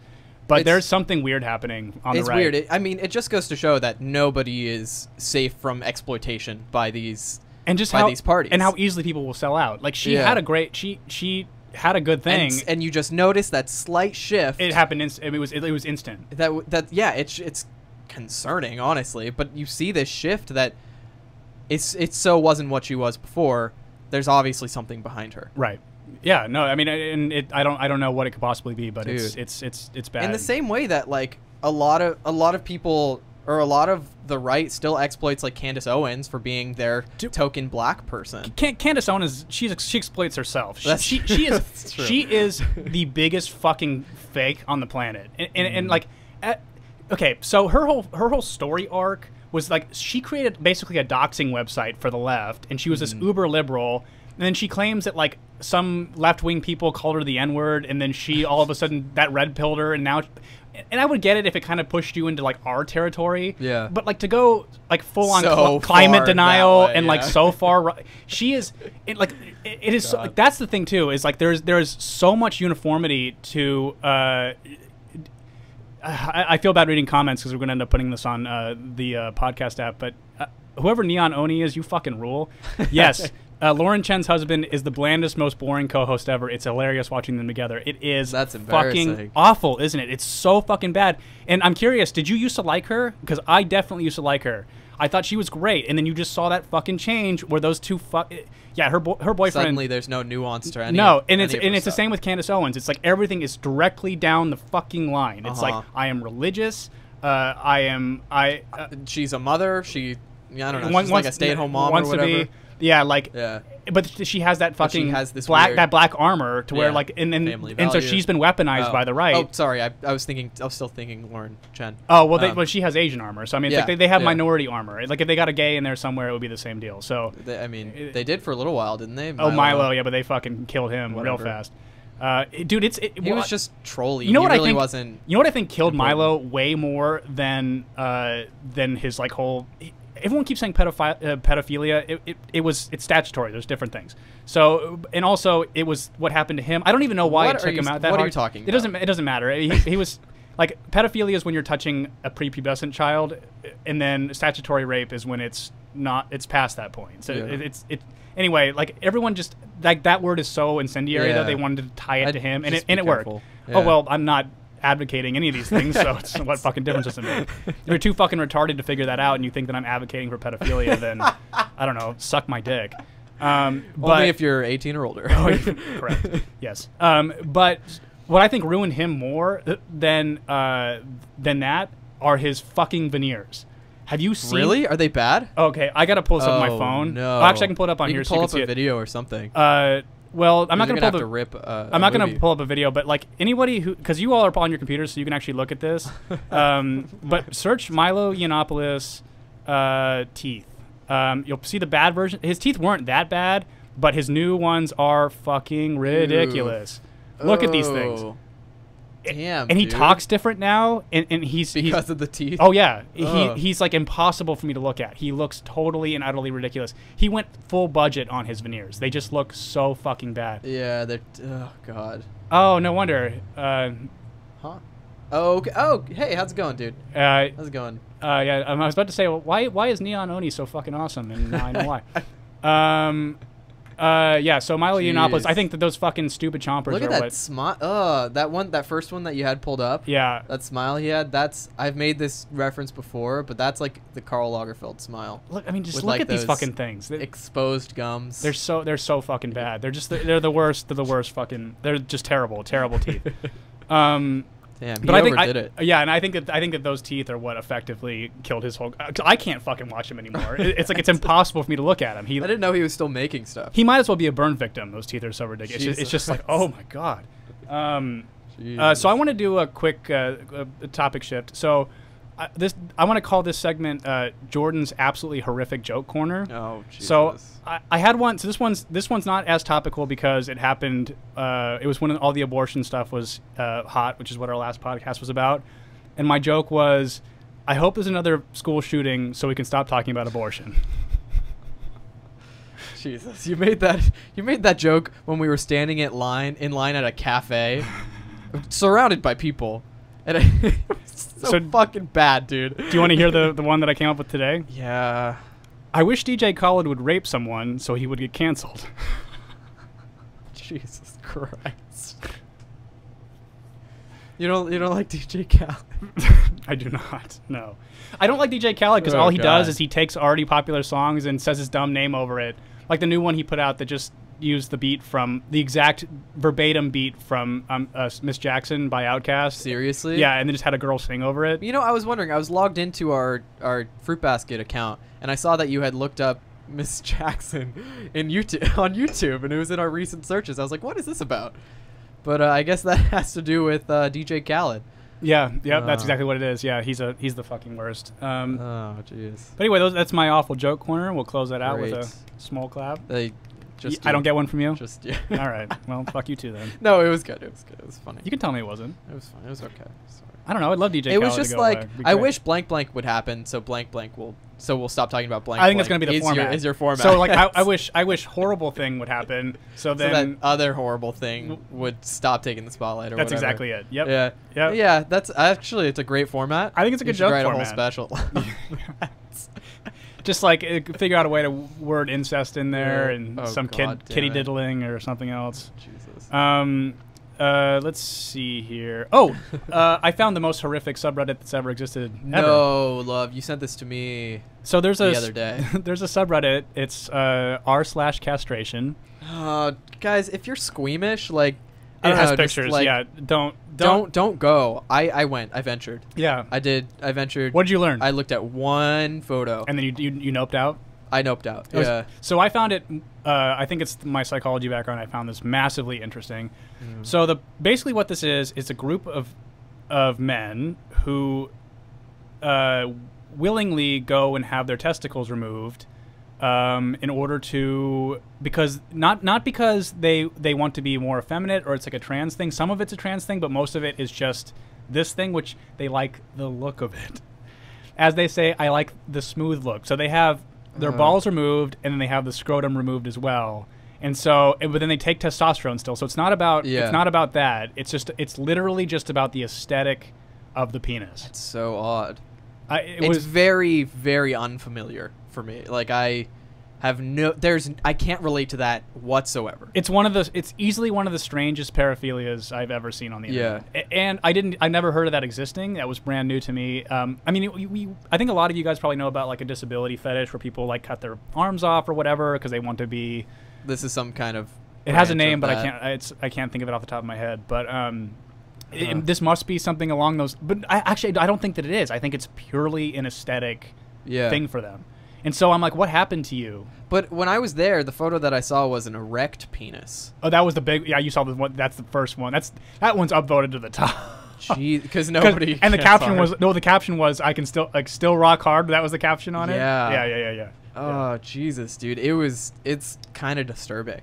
S1: But
S2: It's-
S1: there's something weird happening on
S2: it's
S1: the right.
S2: weird. It, I mean, it just goes to show that nobody is safe from exploitation by these
S1: and just
S2: by
S1: how
S2: these parties
S1: and how e-, easily people will sell out. Like she
S2: Yeah.
S1: had a great she she had a good
S2: And
S1: thing.
S2: s- and you just notice that slight shift.
S1: it happened. Inst- it was it, was instant.
S2: that w- that yeah it's it's concerning honestly but you see this shift that it's it so wasn't what she was before there's obviously something behind her
S1: Right. Yeah. No. I mean, I- and it. I don't. I don't know what it could possibly be, but it's
S2: Dude.
S1: it's it's it's bad.
S2: in the same way that like a lot of a lot of people or a lot of the right still exploits like Candace Owens for being their token black person
S1: Can- Candace Owens, she's she exploits herself. She,
S2: That's
S1: she,
S2: true.
S1: she is
S2: That's true.
S1: she is the biggest fucking fake on the planet, and and,
S2: Mm-hmm.
S1: and like, at, okay, so her whole her whole story arc was like she created basically a doxing website for the left, and she was
S2: Mm-hmm.
S1: this uber liberal, and then she claims that like some left wing people called her the n word, and then she all of a sudden that red pilled her, and now. And I would get it if it kind of pushed you into like our territory.
S2: Yeah.
S1: But like to go like full on
S2: So far
S1: climate
S2: that
S1: denial
S2: way,
S1: and like
S2: yeah.
S1: so so far right. She is it, like it, it is. So, like, that's the thing too. Is like there's there's so much uniformity to. Uh, I, I feel bad reading comments because we're going to end up putting this on uh, the uh, podcast app. But uh, whoever Neon Oni is, you fucking rule. Yes. Uh, Lauren Chen's husband is the blandest, most boring co-host ever. It's hilarious watching them together. It is
S2: That's
S1: fucking
S2: embarrassing.
S1: awful, isn't it? It's so fucking bad. And I'm curious, did you used to like her? Because I definitely used to like her. I thought she was great, and then you just saw that fucking change where those two fuck. Yeah, her bo- her boyfriend.
S2: suddenly there's no nuance to any
S1: no,
S2: of-
S1: and it's
S2: any of her
S1: and it's the
S2: stuff.
S1: same with Candace Owens. It's like everything is directly down the fucking line. It's like
S2: Uh-huh.
S1: I am religious. Uh, I am I. Uh,
S2: she's a mother she yeah, I don't know
S1: one-
S2: she's
S1: wants-
S2: like a stay at home mom
S1: wants
S2: or whatever
S1: to be. Yeah, like.
S2: Yeah.
S1: But th- she has that
S2: But she
S1: fucking
S2: has this
S1: black
S2: weird-
S1: that black armor to where
S2: Yeah,
S1: like and and,
S2: family
S1: and so
S2: values.
S1: she's been weaponized
S2: Oh.
S1: by the right.
S2: oh sorry I, I was thinking I was still thinking Lauren Chen
S1: Oh well, they,
S2: Um,
S1: well, she has Asian armor, so I mean, it's
S2: yeah,
S1: like they, they have
S2: yeah.
S1: minority armor. Like if they got a gay in there somewhere, it would be the same deal. So,
S2: They, I mean, they did for a little while, didn't they?
S1: oh Milo, yeah, but they fucking killed him
S2: Whatever.
S1: real fast. Uh, it- dude, it's it,
S2: He
S1: well,
S2: was just trolly.
S1: you know
S2: he
S1: what
S2: really
S1: I think
S2: wasn't.
S1: You know what I think killed Milo way more than uh, than his like whole. he- Everyone keeps saying pedophi- uh, pedophilia. It, it, it was it's statutory. There's different things. So and also it was what happened to him. I don't even know why
S2: What
S1: it
S2: are
S1: took
S2: you-
S1: him out that
S2: what are
S1: hard.
S2: you talking
S1: It doesn't
S2: about?
S1: it doesn't matter. He, he was like pedophilia is when you're touching a prepubescent child, and then statutory rape is when it's not it's past that point. So
S2: Yeah.
S1: it, it's it anyway. Like everyone just like that word is so incendiary that
S2: Yeah.
S1: they wanted to tie it
S2: I'd
S1: to him, and
S2: just
S1: it and
S2: be
S1: it worked.
S2: careful.
S1: Oh
S2: Yeah.
S1: well, I'm not advocating any of these things, so it's, what fucking difference does it make? If you're too fucking retarded to figure that out, and you think that I'm advocating for pedophilia, then I don't know, suck my dick. Um, but
S2: Only if you're 18 or older.
S1: Oh, yeah, correct. Yes. Um, but what I think ruined him more th- than uh, than that are his fucking veneers. Have you seen?
S2: really? Are they bad?
S1: Okay, I gotta pull this up Oh, on my
S2: Oh,
S1: phone.
S2: No.
S1: Oh, actually, I can pull it up on
S2: you
S1: here.
S2: Can pull
S1: so
S2: up
S1: you
S2: a
S1: can see
S2: video or something.
S1: It. Uh, well, I'm not
S2: You're
S1: gonna, pull
S2: have
S1: the
S2: to rip. Uh,
S1: I'm not
S2: going
S1: going to pull up a video, but like anybody who, because you all are on your computers, so you can actually look at this. Um, but search Milo Yiannopoulos uh, teeth. Um, you'll see the bad version. His teeth weren't that bad, but his new ones are fucking ridiculous. Look at these things.
S2: Oh, Damn.
S1: And he
S2: dude.
S1: talks different now, and, and he's he's-
S2: because of the teeth.
S1: Oh yeah, he,
S2: Ugh.
S1: he's like impossible for me to look at. He looks totally and utterly ridiculous. He went full budget on his veneers. They just look so fucking bad.
S2: Yeah. They're. Oh god.
S1: Oh no wonder. Uh,
S2: Huh. Oh, okay. oh, hey, how's it going, dude?
S1: Uh,
S2: How's it going?
S1: Uh, yeah, um, I was about to say, well, why why is Neon Oni so fucking awesome, and now I know why. Um, uh, yeah, so Milo
S2: Jeez.
S1: Yiannopoulos, I think that those fucking stupid chompers
S2: Look
S1: are
S2: at that
S1: what.
S2: smile. Oh, that one, that first one that you had pulled up.
S1: Yeah.
S2: That smile he had. That's I've made this reference before, but that's like the Karl Lagerfeld smile.
S1: Look, I mean, just
S2: With,
S1: look
S2: like,
S1: at these
S2: those
S1: fucking things. They-
S2: Exposed gums.
S1: They're so they're so fucking bad. They're just the, they're the worst. They're the worst fucking. They're just terrible, terrible teeth. Um,
S2: Damn,
S1: but
S2: he
S1: I think I-
S2: overdid it.
S1: yeah, and I think that I think that those teeth are what effectively killed his whole. 'cause I can't fucking watch him anymore. It- it's like it's impossible for me to look at him. He
S2: I didn't know he was still making stuff.
S1: he might as well be a burn victim. Those teeth are so ridiculous. It's just, it's just like,
S2: Jesus.
S1: oh my god. Um, uh, so I want to do a quick uh, uh topic shift. So I this I want to call this segment uh, Jordan's absolutely horrific joke corner.
S2: Oh,
S1: So
S2: Jesus.
S1: I, I had one. So this one's this one's not as topical because it happened. Uh, it was when all the abortion stuff was uh, hot, which is what our last podcast was about. And my joke was, I hope there's another school shooting so we can stop talking about abortion.
S2: Jesus, you made that you made that joke when we were standing at line in line at a cafe, surrounded by people, and I, it was so,
S1: So-
S2: fucking bad, dude.
S1: Do you want to hear the the one that I came up with today?
S2: Yeah.
S1: I wish DJ Khaled would rape someone so he would get canceled.
S2: Jesus Christ. You don't you don't like DJ Khaled.
S1: I do not. No, I don't like DJ Khaled because
S2: Oh,
S1: all he does
S2: God.
S1: is he takes already popular songs and says his dumb name over it. Like the new one he put out that just used the beat from the exact verbatim beat from um, uh, Miss Jackson by Outkast.
S2: Seriously?
S1: Yeah, and then just had a girl sing over it.
S2: You know, I was wondering. I was logged into our our fruit basket account, and I saw that you had looked up Miss Jackson in YouTube on YouTube, and it was in our recent searches. I was like, "What is this about?" But uh, I guess that has to do with uh, DJ Khaled.
S1: Yeah, yeah, that's
S2: Uh.
S1: exactly what it is. Yeah, he's a he's the fucking worst. Um,
S2: Oh, jeez.
S1: but anyway, those, that's my awful joke corner. We'll close that out with
S2: Great.
S1: a small clap.
S2: They
S1: Y-
S2: just.
S1: I don't get one from you.
S2: Just yeah.
S1: all right. Well, fuck you too then.
S2: No, it was good. It was good. It was funny.
S1: You can tell me it wasn't.
S2: it was fun. It was okay. Sorry.
S1: I don't know. I'd love DJ.
S2: it
S1: Khaled
S2: was
S1: to
S2: just
S1: go
S2: like
S1: away. It'd be
S2: I
S1: great.
S2: wish blank blank would happen, so blank blank will so we'll stop talking about blank.
S1: I think that's
S2: blank
S1: gonna be the
S2: is
S1: format.
S2: Your, is your format?
S1: So like I, I wish I wish horrible thing would happen. So
S2: so that uh,
S1: then
S2: other horrible thing would stop taking the spotlight. Or
S1: that's
S2: whatever.
S1: exactly it. Yep.
S2: Yeah.
S1: Yep.
S2: Yeah. That's actually it's a great format.
S1: I think it's a
S2: You
S1: good
S2: should
S1: joke
S2: write
S1: format.
S2: A whole special.
S1: Just like uh, figure out a way to word incest in there
S2: Yeah.
S1: and
S2: Oh,
S1: some
S2: God
S1: kid
S2: damn
S1: kitty
S2: it.
S1: diddling or something else.
S2: Jesus.
S1: Um, uh, let's see here. Oh, uh, I found the most horrific subreddit that's ever existed. Ever.
S2: no, love. You sent this to me.
S1: So there's a
S2: The
S1: s-
S2: other day.
S1: there's a subreddit. It's uh, r slash castration.
S2: Uh, guys, if you're squeamish, like I
S1: It
S2: don't
S1: has
S2: know, just,
S1: pictures.
S2: like,
S1: yeah. Don't
S2: Don't don't go. I I went. I ventured.
S1: Yeah.
S2: I did. I ventured.
S1: What did you learn?
S2: I looked at one photo.
S1: and then you you, you noped out.
S2: I noped out.
S1: It was-
S2: yeah.
S1: So I found it. Uh, I think it's my psychology background. I found this massively interesting. So the basically what this is is a group of of men who uh, willingly go and have their testicles removed um, in order to because not not because they they want to be more effeminate or it's like a trans thing. Some of it's a trans thing, but most of it is just this thing which they like the look of it. As they say, I like the smooth look. So they have
S2: Uh-huh.
S1: their balls removed and then they have the scrotum removed as well. And so, and- but then they take testosterone still. So it's not about
S2: Yeah.
S1: it's not about that. It's just it's literally just about the aesthetic of the penis.
S2: It's so odd.
S1: I, it
S2: it's
S1: was
S2: very very unfamiliar for me. Like I have no. There's. I can't relate to that whatsoever.
S1: it's one of the it's easily one of the strangest paraphilias I've ever seen on the
S2: Yeah.
S1: internet. A- And I didn't I never heard of that existing. That was brand new to me. Um, I mean, we, we I think a lot of you guys probably know about like a disability fetish where people like cut their arms off or whatever because they want to be.
S2: this is some kind of.
S1: It has a
S2: branch of
S1: name, but I
S2: that.
S1: can't I- it's I can't think of it off the top of my head. But um, it-
S2: Uh-huh.
S1: this must be something along those. But I actually I don't think that it is. I think it's purely an aesthetic
S2: Yeah.
S1: thing for them. And so I'm like, what happened to you?
S2: But when I was there, the photo that I saw was an erect penis.
S1: Oh, that was the big. Yeah, you saw the one. That's the first one. That's that one's upvoted to the top.
S2: because
S1: 'Cause-
S2: nobody.
S1: and the
S2: yeah,
S1: caption
S2: sorry.
S1: was no the caption was i can still like still rock hard that was the caption on it
S2: Yeah.
S1: yeah yeah yeah yeah
S2: Oh Jesus, dude! It was. It's kind of disturbing.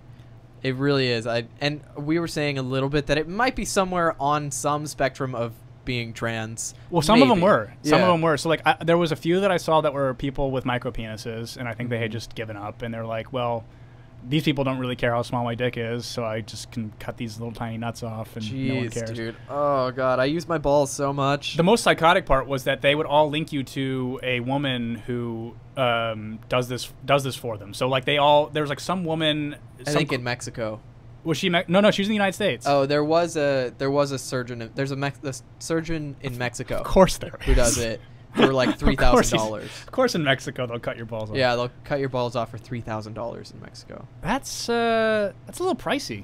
S2: It really is. I and we were saying a little bit that it might be somewhere on some spectrum of being trans.
S1: well some of them
S2: Maybe.
S1: were some of
S2: Yeah.
S1: them were so like I, there
S2: Mm-hmm.
S1: was a few that i saw that were people with micro penises and i think they had just given up and they're like well these people don't really care how small my dick is, so I just can cut these little tiny nuts off and no one
S2: Jeez,
S1: cares.
S2: dude. Oh god, I use my balls so much.
S1: The most psychotic part was that they would all link you to a woman who um, does this does this for them. So like they all there was like some woman.
S2: I
S1: some
S2: think
S1: cl-
S2: in Mexico.
S1: was she Me- no no she was in the United States.
S2: Oh, there was a there was a surgeon. There's a, Mex- a surgeon in Mexico.
S1: of course there is.
S2: Who does it for like
S1: Of
S2: three
S1: course
S2: thousand
S1: he's-
S2: dollars?
S1: Of course, in Mexico they'll cut your balls off.
S2: Yeah, they'll cut your balls off for three thousand dollars in Mexico.
S1: that's uh, that's a little pricey.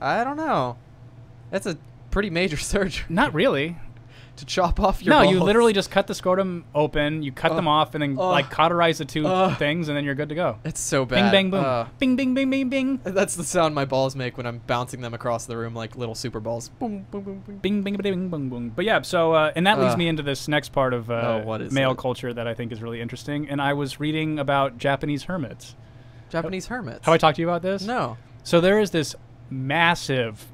S2: I don't know. That's a pretty major surgery
S1: Not really.
S2: to chop off your.
S1: No,
S2: balls.
S1: you literally just cut the scrotum open, you cut
S2: Uh,
S1: them off, and then
S2: uh,
S1: like cauterize the two
S2: uh,
S1: things, and then you're good to go.
S2: It's so
S1: Bing
S2: bad. uh.
S1: bang boom.
S2: Ugh.
S1: bing bing bing bing bing.
S2: that's the sound my balls make when I'm bouncing them across the room like little super balls. Boom, boom, boom, boom.
S1: Bing, bing, bing, bing, bing, bing. But yeah, so uh, and that leads
S2: Ugh.
S1: me into this next part of uh,
S2: Oh, what is
S1: male
S2: it?
S1: culture that I think is really interesting. And I was reading about Japanese hermits.
S2: Japanese hermits.
S1: Have I talked to you about this?
S2: No.
S1: So there is this massive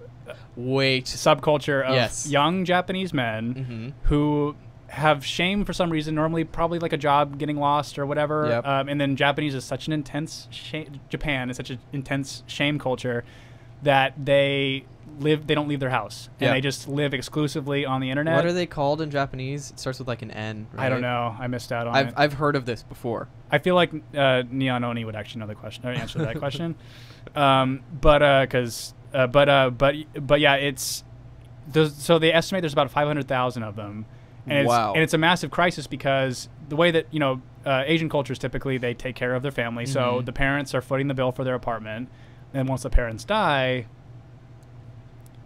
S2: Wait.
S1: subculture of
S2: Yes. Mm-hmm.
S1: young Japanese men who have shame for some reason. Normally, probably like a job getting lost or whatever.
S2: Yep.
S1: Um, and then Japanese is such an intense sha- Japan is such an intense shame culture that they live. They don't leave their house and
S2: Yep.
S1: they just live exclusively on the internet.
S2: What are they called in Japanese? It starts with like an N. Right?
S1: I don't know. I missed out on
S2: I've
S1: it.
S2: I've heard of this before.
S1: I feel like uh, Neon Oni would actually know the question or answer that question, um, but uh 'cause uh, but uh, but but yeah, it's there's- so they estimate there's about 500,000 of them, and
S2: Wow.
S1: it's, and it's a massive crisis because the way that you know uh, Asian cultures typically they take care of their family,
S2: Mm-hmm.
S1: so the parents are footing the bill for their apartment, and once the parents die,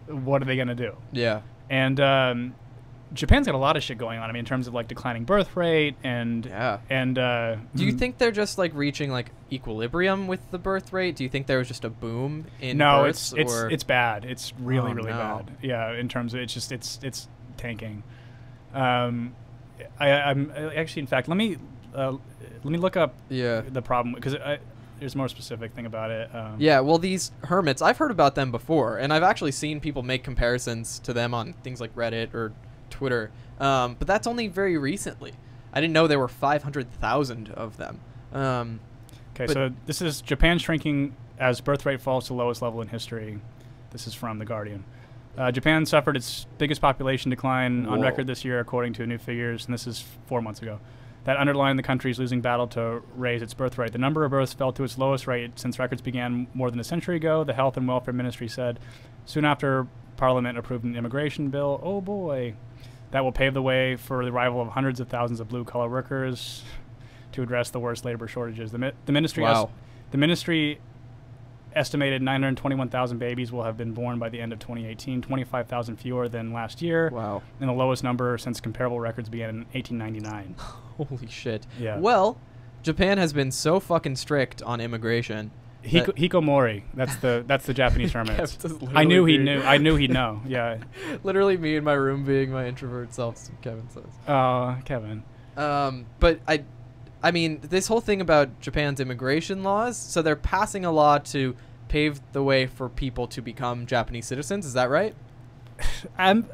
S1: what are they gonna do?
S2: Yeah.
S1: and um, Japan's got a lot of shit going on. I mean, in terms of like declining birth rate and
S2: Yeah.
S1: and uh,
S2: Do you
S1: mm,
S2: think they're just like reaching like equilibrium with the birth rate? Do you think there was just a boom in
S1: no?
S2: births,
S1: It's it's
S2: or-
S1: it's bad. It's really
S2: Oh,
S1: really
S2: no.
S1: bad. Yeah, in terms of it's just it's it's tanking. Um, I, I'm I- actually in fact let me uh, let me look up
S2: Yeah.
S1: the problem because there's a more specific thing about it. Um,
S2: Yeah, well, these hermits, I've heard about them before, and I've actually seen people make comparisons to them on things like Reddit or Twitter. Um, but that's only very recently. I didn't know there were 500,000 of them. Um,
S1: Okay,
S2: But-
S1: so this is Japan shrinking as birth rate falls to lowest level in history. This is from The Guardian. Uh, Japan suffered its biggest population decline on
S2: Whoa.
S1: record this year, according to new figures, and this is four months ago. That underlined the country's losing battle to raise its birth rate. The number of births fell to its lowest rate since records began more than a century ago, the Health and Welfare Ministry said. Soon after Parliament approved an immigration bill, oh boy, that will pave the way for the arrival of hundreds of thousands of blue collar workers to address the worst labor shortages. The, mi- the ministry
S2: Wow.
S1: est- the ministry estimated 921,000 babies will have been born by the end of 2018, 25,000 fewer than last year.
S2: Wow.
S1: And the lowest number since comparable records began in 1899.
S2: holy shit.
S1: Yeah.
S2: Well, Japan has been so fucking strict on immigration.
S1: Hiko,
S2: that-
S1: hikomori. That's the that's the Japanese term. It's-
S2: Kept us
S1: I knew he
S2: literally-
S1: knew. I knew he'd know. Yeah.
S2: literally me in my room being my introvert self, Kevin says.
S1: Uh, Kevin.
S2: Um, but I, I mean, this whole thing about Japan's immigration laws. So they're passing a law to pave the way for people to become Japanese citizens. Is that right?
S1: Um.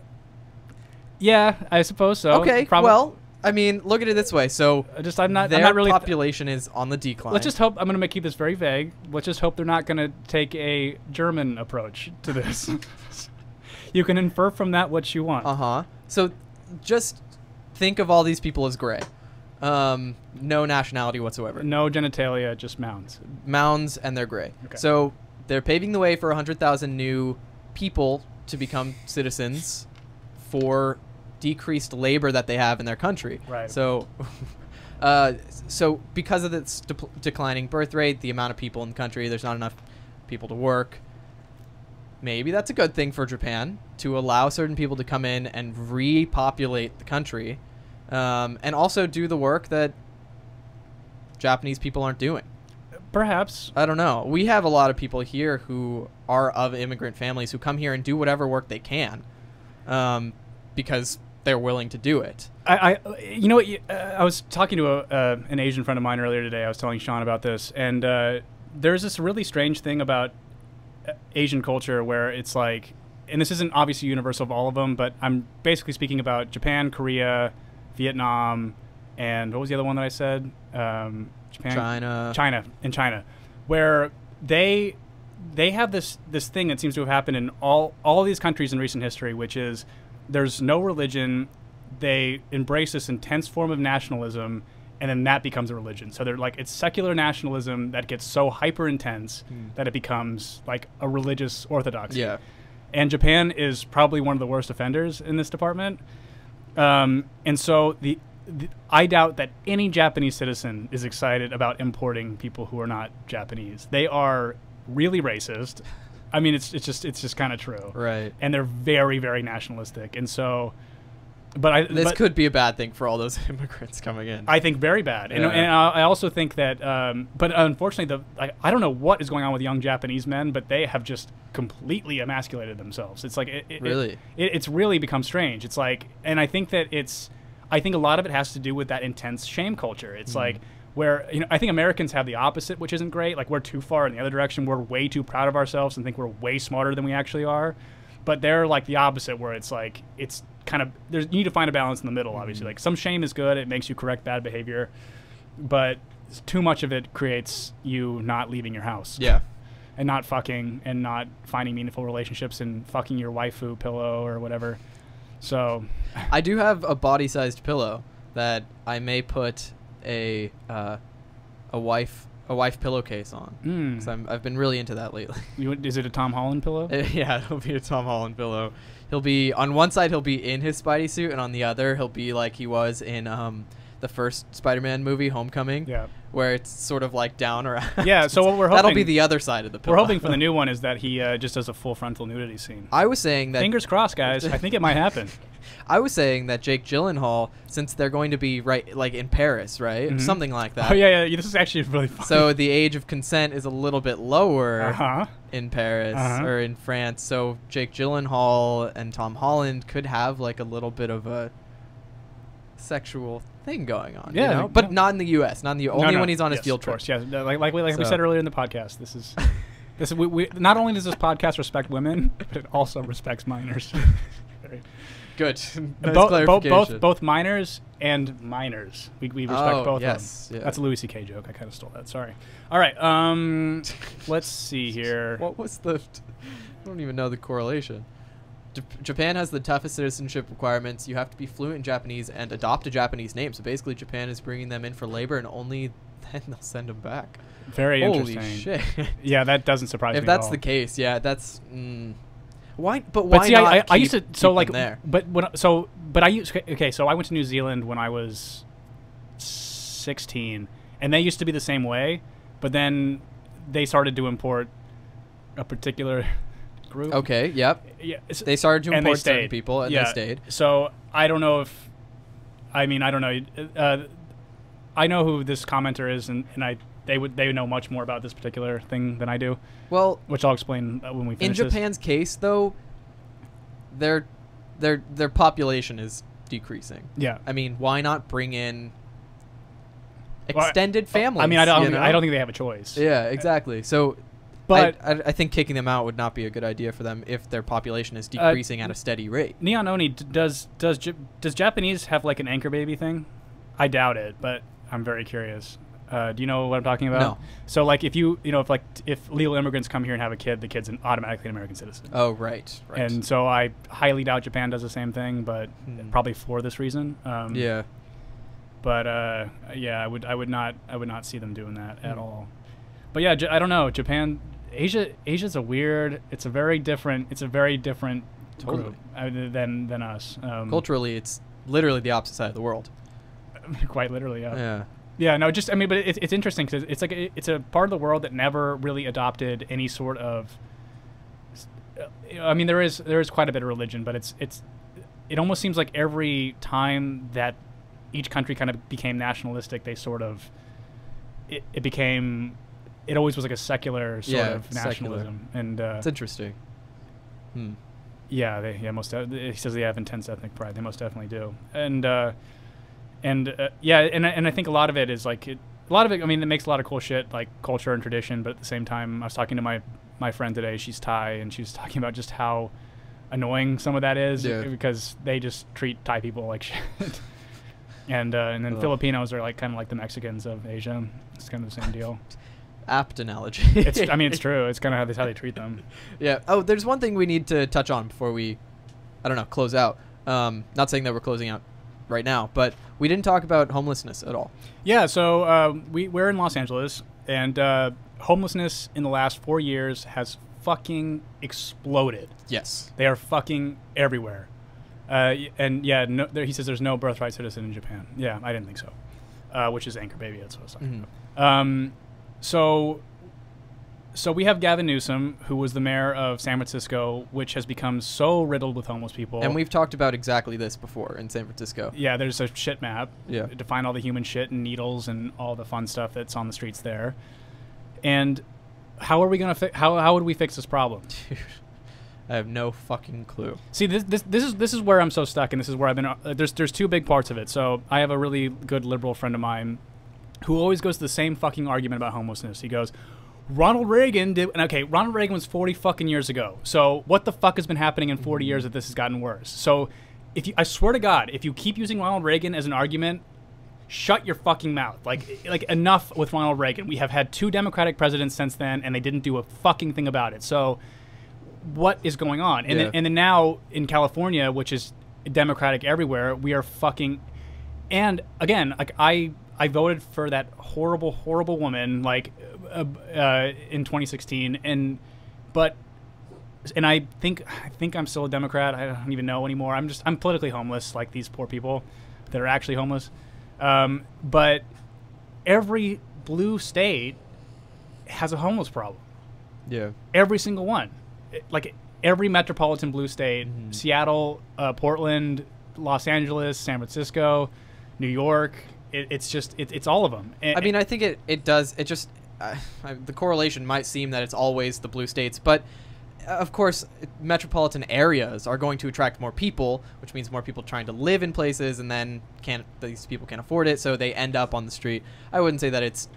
S1: Yeah, I suppose so.
S2: okay.
S1: Prob-
S2: well, I mean, look at it this way. So
S1: Oh, I just I'm not.
S2: their
S1: I'm not really.
S2: population is on the decline.
S1: Let's just hope. I'm going to keep this very vague. Let's just hope they're not going to take a German approach to this. you can infer from that what you want.
S2: Uh huh. So just think of all these people as gray. Um, no nationality whatsoever.
S1: No genitalia, just mounds.
S2: mounds and they're gray.
S1: Okay.
S2: So they're paving the way for 100,000 new people to become citizens for decreased labor that they have in their country.
S1: Right.
S2: So uh, so because of this de- declining birth rate, the amount of people in the country, there's not enough people to work. Maybe that's a good thing for Japan to allow certain people to come in and repopulate the country um, and also do the work that Japanese people aren't doing.
S1: Perhaps.
S2: I don't know. We have a lot of people here who are of immigrant families who come here and do whatever work they can, um, because they're willing to do it.
S1: I, I you know what? you- Uh, I was talking to a, uh, an Asian friend of mine earlier today. I was telling Sean about this, and uh, there's this really strange thing about uh, Asian culture where it's like, and this isn't obviously universal of all of them, but I'm basically speaking about Japan, Korea, Vietnam, and what was the other one that I said? Um, Japan,
S2: China.
S1: China, in China, where they they have this this thing that seems to have happened in all all these countries in recent history, which is there's no religion. They embrace this intense form of nationalism, and then that becomes a religion. So they're like it's secular nationalism that gets so hyper intense that it becomes like a religious orthodoxy.
S2: Yeah.
S1: And Japan is probably one of the worst offenders in this department. Um, and so the, the I doubt that any Japanese citizen is excited about importing people who are not Japanese. They are really racist. I mean, it's it's just it's just kind of true.
S2: Right.
S1: And they're very very nationalistic. And so, but I
S2: This
S1: but
S2: could be a bad thing for all those immigrants coming in.
S1: I think very bad. And,
S2: Yeah.
S1: and I I also think that, um, but unfortunately, the I, I don't know what is going on with young Japanese men, but they have just completely emasculated themselves. It's like it, it- it-
S2: Really?
S1: it, it's really become strange. It's like, and I think that it's, I think a lot of it has to do with that intense shame culture.
S2: Mm-hmm.
S1: It's like where you know I think Americans have the opposite, which isn't great. Like we're too far in the other direction. We're way too proud of ourselves and think we're way smarter than we actually are. But they're like the opposite, where it's like it's kind of there's you need to find a balance in the middle. Obviously,
S2: Mm-hmm.
S1: like some shame is good; it makes you correct bad behavior, but too much of it creates you not leaving your house
S2: yeah.
S1: and not fucking and not finding meaningful relationships and fucking your waifu pillow or whatever. So
S2: I do have a body-sized pillow that I may put a uh, a wife a wife pillowcase on.
S1: Mm.
S2: 'Cause I'm, I've been really into that lately.
S1: you, is it a Tom Holland pillow?
S2: yeah, it'll be a Tom Holland pillow. He'll be on one side he'll be in his Spidey suit, and on the other he'll be like he was in um the first Spider-Man movie, Homecoming.
S1: Yeah.
S2: Where it's sort of like down around.
S1: Yeah, so what we're
S2: that'll be
S1: hoping-
S2: the other side of the pillow.
S1: We're hoping for the new one is that he uh, just does a full frontal nudity scene.
S2: I was saying that
S1: Fingers crossed, guys. I think it might happen.
S2: I was saying that Jake Gyllenhaal, since they're going to be right like in Paris, right, something like that.
S1: Oh yeah, yeah. This is actually really fun.
S2: So the age of consent is a little bit lower
S1: Uh-huh.
S2: in Paris
S1: Uh-huh.
S2: or in France. So Jake Gyllenhaal and Tom Holland could have like a little bit of a sexual thing going on. you
S1: Yeah,
S2: know?
S1: like-
S2: but
S1: yeah.
S2: not in the U.S. Not in the
S1: No,
S2: only
S1: no,
S2: when he's on his
S1: yes,
S2: field
S1: of
S2: trip.
S1: course, Yeah, no, like like, we- like we
S2: So-
S1: said earlier in the podcast, this is this is, we, we not only does this podcast respect women, but it also respects minors.
S2: Good. nice
S1: Bo- bo- both,
S2: clarification.
S1: both minors and minors. We, we respect
S2: Oh,
S1: both
S2: yes,
S1: of them.
S2: yeah.
S1: That's a Louis C.K. joke. I kind of stole that. Sorry. All right. Um, let's see here.
S2: What was the? I don't even know the correlation. J- Japan has the toughest citizenship requirements. You have to be fluent in Japanese and adopt a Japanese name. So basically, Japan is bringing them in for labor, and only then they'll send them back.
S1: Very
S2: Holy
S1: interesting.
S2: shit!
S1: Yeah, that doesn't surprise
S2: if
S1: me. at
S2: that's
S1: all.
S2: the case, yeah, that's mm, why. But why
S1: But see,
S2: not?
S1: I, I, I
S2: keep-
S1: used to so
S2: keep
S1: like
S2: them there.
S1: but when so but I used okay. So I went to New Zealand when I was sixteen, and they used to be the same way, but then they started to import a particular group.
S2: Okay. Yep.
S1: Yeah, s-
S2: They started to
S1: and they
S2: import certain
S1: stayed.
S2: people, and they
S1: yeah.
S2: stayed.
S1: So I don't know if, I mean, I don't know. Uh, I know who this commenter is, and, and I they would they know much more about this particular thing than I do,
S2: Well,
S1: which I'll explain uh, when we
S2: in
S1: finish. this.
S2: Japan's case, though, their their their population is decreasing.
S1: Yeah.
S2: I mean, why not bring in
S1: Well, I-
S2: extended families?
S1: uh, I mean, I don't
S2: you
S1: think,
S2: know?
S1: I don't think they have a choice.
S2: Yeah, exactly. So,
S1: But-
S2: I, I, I think kicking them out would not be a good idea for them if their population
S1: Uh,
S2: is decreasing at a steady rate.
S1: Neon Oni d- does does J- does Japanese have like an anchor baby thing? I doubt it, but I'm very curious. Uh, do you know what I'm talking about?
S2: No.
S1: So like if you you know if like t- if legal immigrants come here and have a kid, the kid's an automatically an American citizen.
S2: Oh, right, right. Hmm.
S1: And so I highly doubt Japan does the same thing, but probably for this reason. Um,
S2: yeah.
S1: But uh, yeah, I would I would not I would not see them doing that
S2: Hmm.
S1: at all. But yeah, J- I don't know. Japan, Asia Asia's a weird. It's a very different. It's a very different
S2: Totally.
S1: group uh, than than us. Um,
S2: Culturally, it's literally the opposite side of the world.
S1: quite literally. Yeah.
S2: Yeah.
S1: Yeah, no, just I mean, but it's it's interesting because it's like a, it's a part of the world that never really adopted any sort of. uh, I mean, there is there is quite a bit of religion, but it's it's it almost seems like every time that each country kind of became nationalistic, they sort of it, it became it always was like a secular sort
S2: Yeah,
S1: of
S2: secular.
S1: nationalism, and uh,
S2: It's interesting. Hmm.
S1: yeah, they yeah most. de- He says they have intense ethnic pride. They most definitely do. And uh, and uh, yeah, and I- and I think a lot of it is like it, a lot of it. I mean, it makes a lot of cool shit like culture and tradition. But at the same time, I was talking to my my friend today. She's Thai, and she was talking about just how annoying some of that is
S2: Yeah.
S1: because they just treat Thai people like shit. and uh, and then Filipinos are like kind of like the Mexicans of Asia. It's kind of the same deal.
S2: apt analogy.
S1: It's, I mean, it's true. It's kind of how they, how they treat them.
S2: Yeah. Oh, there's one thing we need to touch on before we, I don't know, close out. Um, not saying that we're closing out right now, but we didn't talk about homelessness at all.
S1: Yeah, so uh, we we're in Los Angeles, and uh, homelessness in the last four years has fucking exploded.
S2: Yes.
S1: They are fucking everywhere, uh, y- and yeah, no, there, he says there's no birthright citizen in Japan. Yeah, I didn't think so, uh, which is Anchor Baby. That's what I was talking
S2: Mhm.
S1: about. Um, so so we have Gavin Newsom, who was the mayor of San Francisco, which has become so riddled with homeless people.
S2: And we've talked about exactly this before in San Francisco.
S1: Yeah, there's a shit map.
S2: Yeah.
S1: To find all the human shit and needles and all the fun stuff that's on the streets there. And how are we gonna fi- how how would we fix this problem?
S2: I have no fucking clue.
S1: See, this, this this is this is where I'm so stuck, and this is where I've been. Uh, there's there's two big parts of it. So I have a really good liberal friend of mine, who always goes to the same fucking argument about homelessness. He goes, Ronald Reagan did, and okay, Ronald Reagan was 40 fucking years ago. So what the fuck has been happening in 40 years that this has gotten worse? So if you, I swear to God, if you keep using Ronald Reagan as an argument, shut your fucking mouth. Like, like enough with Ronald Reagan. We have had two Democratic presidents since then, and they didn't do a fucking thing about it. So what is going on? And
S2: Yeah.
S1: then, and then now in California, which is Democratic everywhere, we are fucking. And again, like I, I voted for that horrible, horrible woman like uh, uh, in 2016, and but, and I think I think I'm still a Democrat. I don't even know anymore. I'm just I'm politically homeless, like these poor people that are actually homeless. Um, but every blue state has a homeless problem
S2: Yeah.
S1: every single one It- like every metropolitan blue state
S2: Mm-hmm.
S1: seattle uh, portland los angeles san francisco new york it, it's just it, it's all of them
S2: I mean, I think it, it does. It just uh, I, the correlation might seem that it's always the blue states, but uh, of course, metropolitan areas are going to attract more people, which means more people trying to live in places, and then can't these people can't afford it, so they end up on the street. I wouldn't say that it's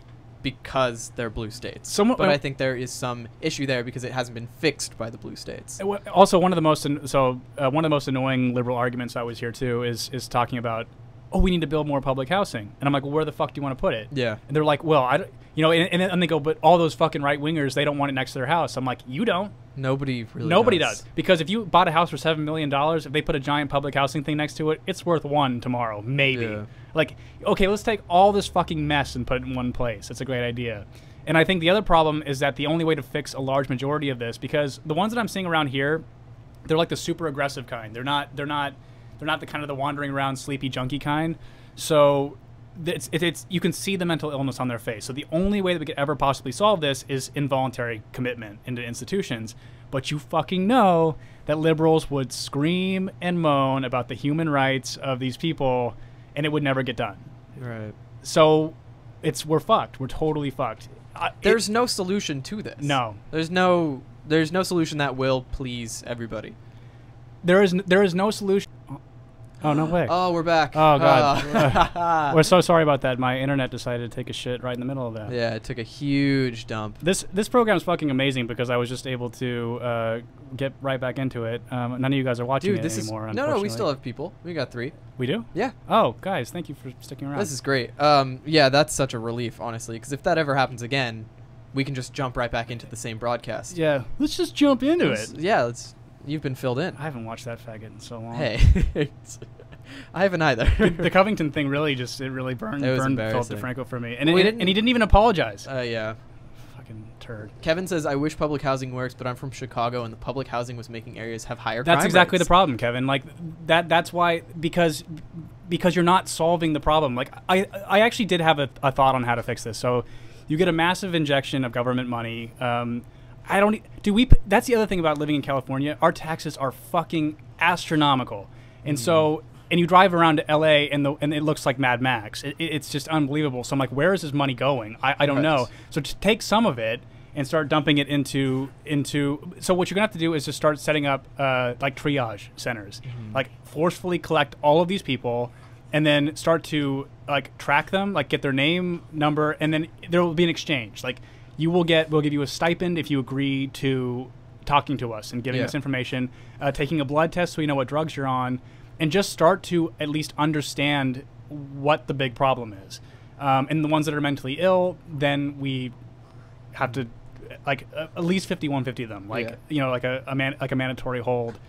S2: because they're blue states,
S1: Someone-
S2: but I think there is some issue there because it hasn't been fixed by the blue states.
S1: Uh, wha- also one of the most an- so uh, one of the most annoying liberal arguments I always hear too is is talking about oh we need to build more public housing and I'm like well, where the fuck do you want to put it
S2: Yeah.
S1: and they're like well I don't, you know and, and, then- and they go but all those fucking right wingers they don't want it next to their house I'm like you don't
S2: Nobody really.
S1: Nobody does. because if you bought a house for seven million dollars, if they put a giant public housing thing next to it, it's worth one tomorrow, maybe.
S2: Yeah.
S1: Like, okay, let's take all this fucking mess and put it in one place. That's a great idea. And I think the other problem is that the only way to fix a large majority of this, because the ones that I'm seeing around here, they're like the super aggressive kind. They're not. They're not. They're not the kind of the wandering around sleepy junkie kind. So. th- It's, it, it's you can see the mental illness on their face. So the only way that we could ever possibly solve this is involuntary commitment into institutions. But you fucking know that liberals would scream and moan about the human rights of these people, and it would never get done.
S2: Right.
S1: So it's we're fucked. We're totally fucked. I, it-
S2: There's no solution to this.
S1: No.
S2: There's no. There's no solution that will please everybody.
S1: there is n- there is no solution. Oh no way.
S2: Oh, we're back.
S1: Oh, God.
S2: Oh.
S1: We're so sorry about that. My internet decided to take a shit right in the middle of that.
S2: yeah, it took a huge dump.
S1: This this program is fucking amazing because I was just able to uh, get right back into it. Um, none of you guys are watching
S2: Dude,
S1: it
S2: this is
S1: anymore.
S2: no, no. We
S1: unfortunately.
S2: still have people. We got three.
S1: We do.
S2: Yeah,
S1: Oh, guys, thank you for sticking around.
S2: this is great. Um, yeah, that's such a relief, honestly, because if that ever happens again, we can just jump right back into the same broadcast.
S1: yeah. Let's just jump into
S2: Let's-
S1: it.
S2: yeah. Let's. You've been filled in.
S1: I haven't watched that faggot in so long.
S2: hey, it's- I haven't either.
S1: the Covington thing really just it really burned
S2: It was
S1: burned Philip
S2: embarrassing.
S1: DeFranco for me, and it,
S2: We
S1: and-
S2: didn't-
S1: and he didn't even apologize.
S2: uh, yeah.
S1: Fucking turd.
S2: Kevin says, "I wish public housing works, but I'm from Chicago, and the public housing was making areas have higher."
S1: That's
S2: crime
S1: exactly
S2: rates."
S1: the problem, Kevin. Like that. That's why because because you're not solving the problem. Like I I actually did have a, a thought on how to fix this. So you get a massive injection of government money. Um, I don't. e- Do we? p- That's the other thing about living in California. Our taxes are fucking astronomical, and so. And you drive around to LA and the and it looks like Mad Max. It, it- it's just unbelievable. So I'm like, where is this money going? I, I don't
S2: Right.
S1: know. So to take some of it and start dumping it into into. So what you're gonna have to do is just start setting up uh, like triage centers, like forcefully collect all of these people, and then start to like track them, like get their name, number, and then there will be an exchange. Like you will get, we'll give you a stipend if you agree to talking to us and giving
S2: Yeah.
S1: us information, uh, taking a blood test so we know what drugs you're on, and just start to at least understand what the big problem is. Um, and the ones that are mentally ill, then we have to like a- at least 51 50 of them like
S2: Yeah.
S1: you know like a, a man like a mandatory hold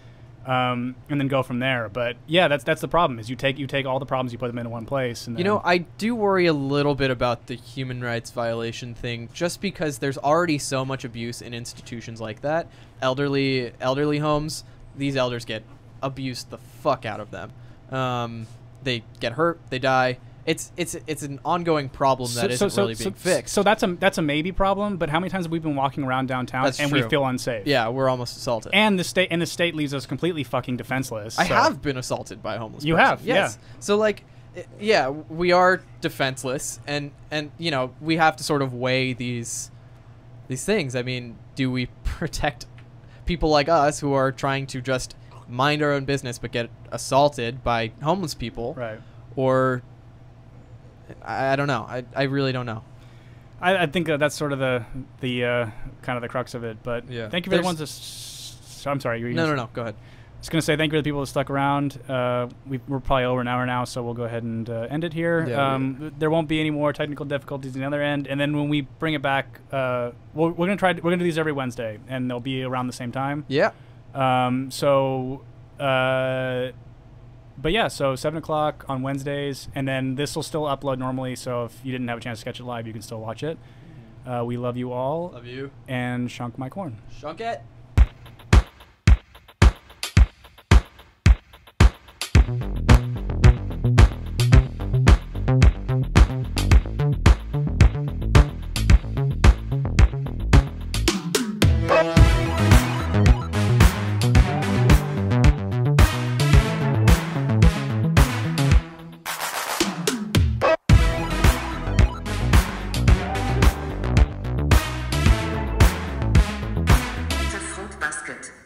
S1: um, and then go from there but yeah that's that's the problem is you take you take all the problems you put them into one place and
S2: You
S1: then,
S2: know, I do worry a little bit about the human rights violation thing, just because there's already so much abuse in institutions like that. Elderly, elderly homes. These elders get abused the fuck out of them. Um, they get hurt. They die. It's it's it's an ongoing problem that not really being
S1: so,
S2: fixed.
S1: so that's a that's a maybe problem but how many times have we been walking around downtown
S2: That's
S1: and we
S2: true.
S1: feel unsafe
S2: yeah, we're almost assaulted.
S1: and the state and the state leaves us completely fucking defenseless
S2: I
S1: so-
S2: have been assaulted by a homeless.
S1: You
S2: person.
S1: have,
S2: yes. So like, i- yeah, we are defenseless, and and you know we have to sort of weigh these these things. I mean, do we protect people like us who are trying to just mind our own business but get assaulted by homeless people,
S1: right
S2: or I, I don't know. I I really don't know.
S1: I, I think uh, that's sort of the the uh, kind of the crux of it. But
S2: Yeah.
S1: thank you for the
S2: There's-
S1: ones that. S- s- I'm sorry. You were
S2: No, no,
S1: gonna-
S2: no. Go ahead.
S1: I was gonna say thank you for the people that stuck around. Uh, we, we're probably over an hour now, so we'll go ahead and uh, end it here.
S2: Yeah,
S1: um, th- There won't be any more technical difficulties on the other end, and then when we bring it back, uh, we're, we're gonna try. We're gonna do these every Wednesday, and they'll be around the same time.
S2: Yeah.
S1: Um, so, uh, but yeah, so seven o'clock on Wednesdays, and then this will still upload normally. So if you didn't have a chance to catch it live, you can still watch it. Uh, we love you all,
S2: Mm-hmm. Love you.
S1: and shunk my corn.
S2: Shunk it.
S11: Fruit Basket.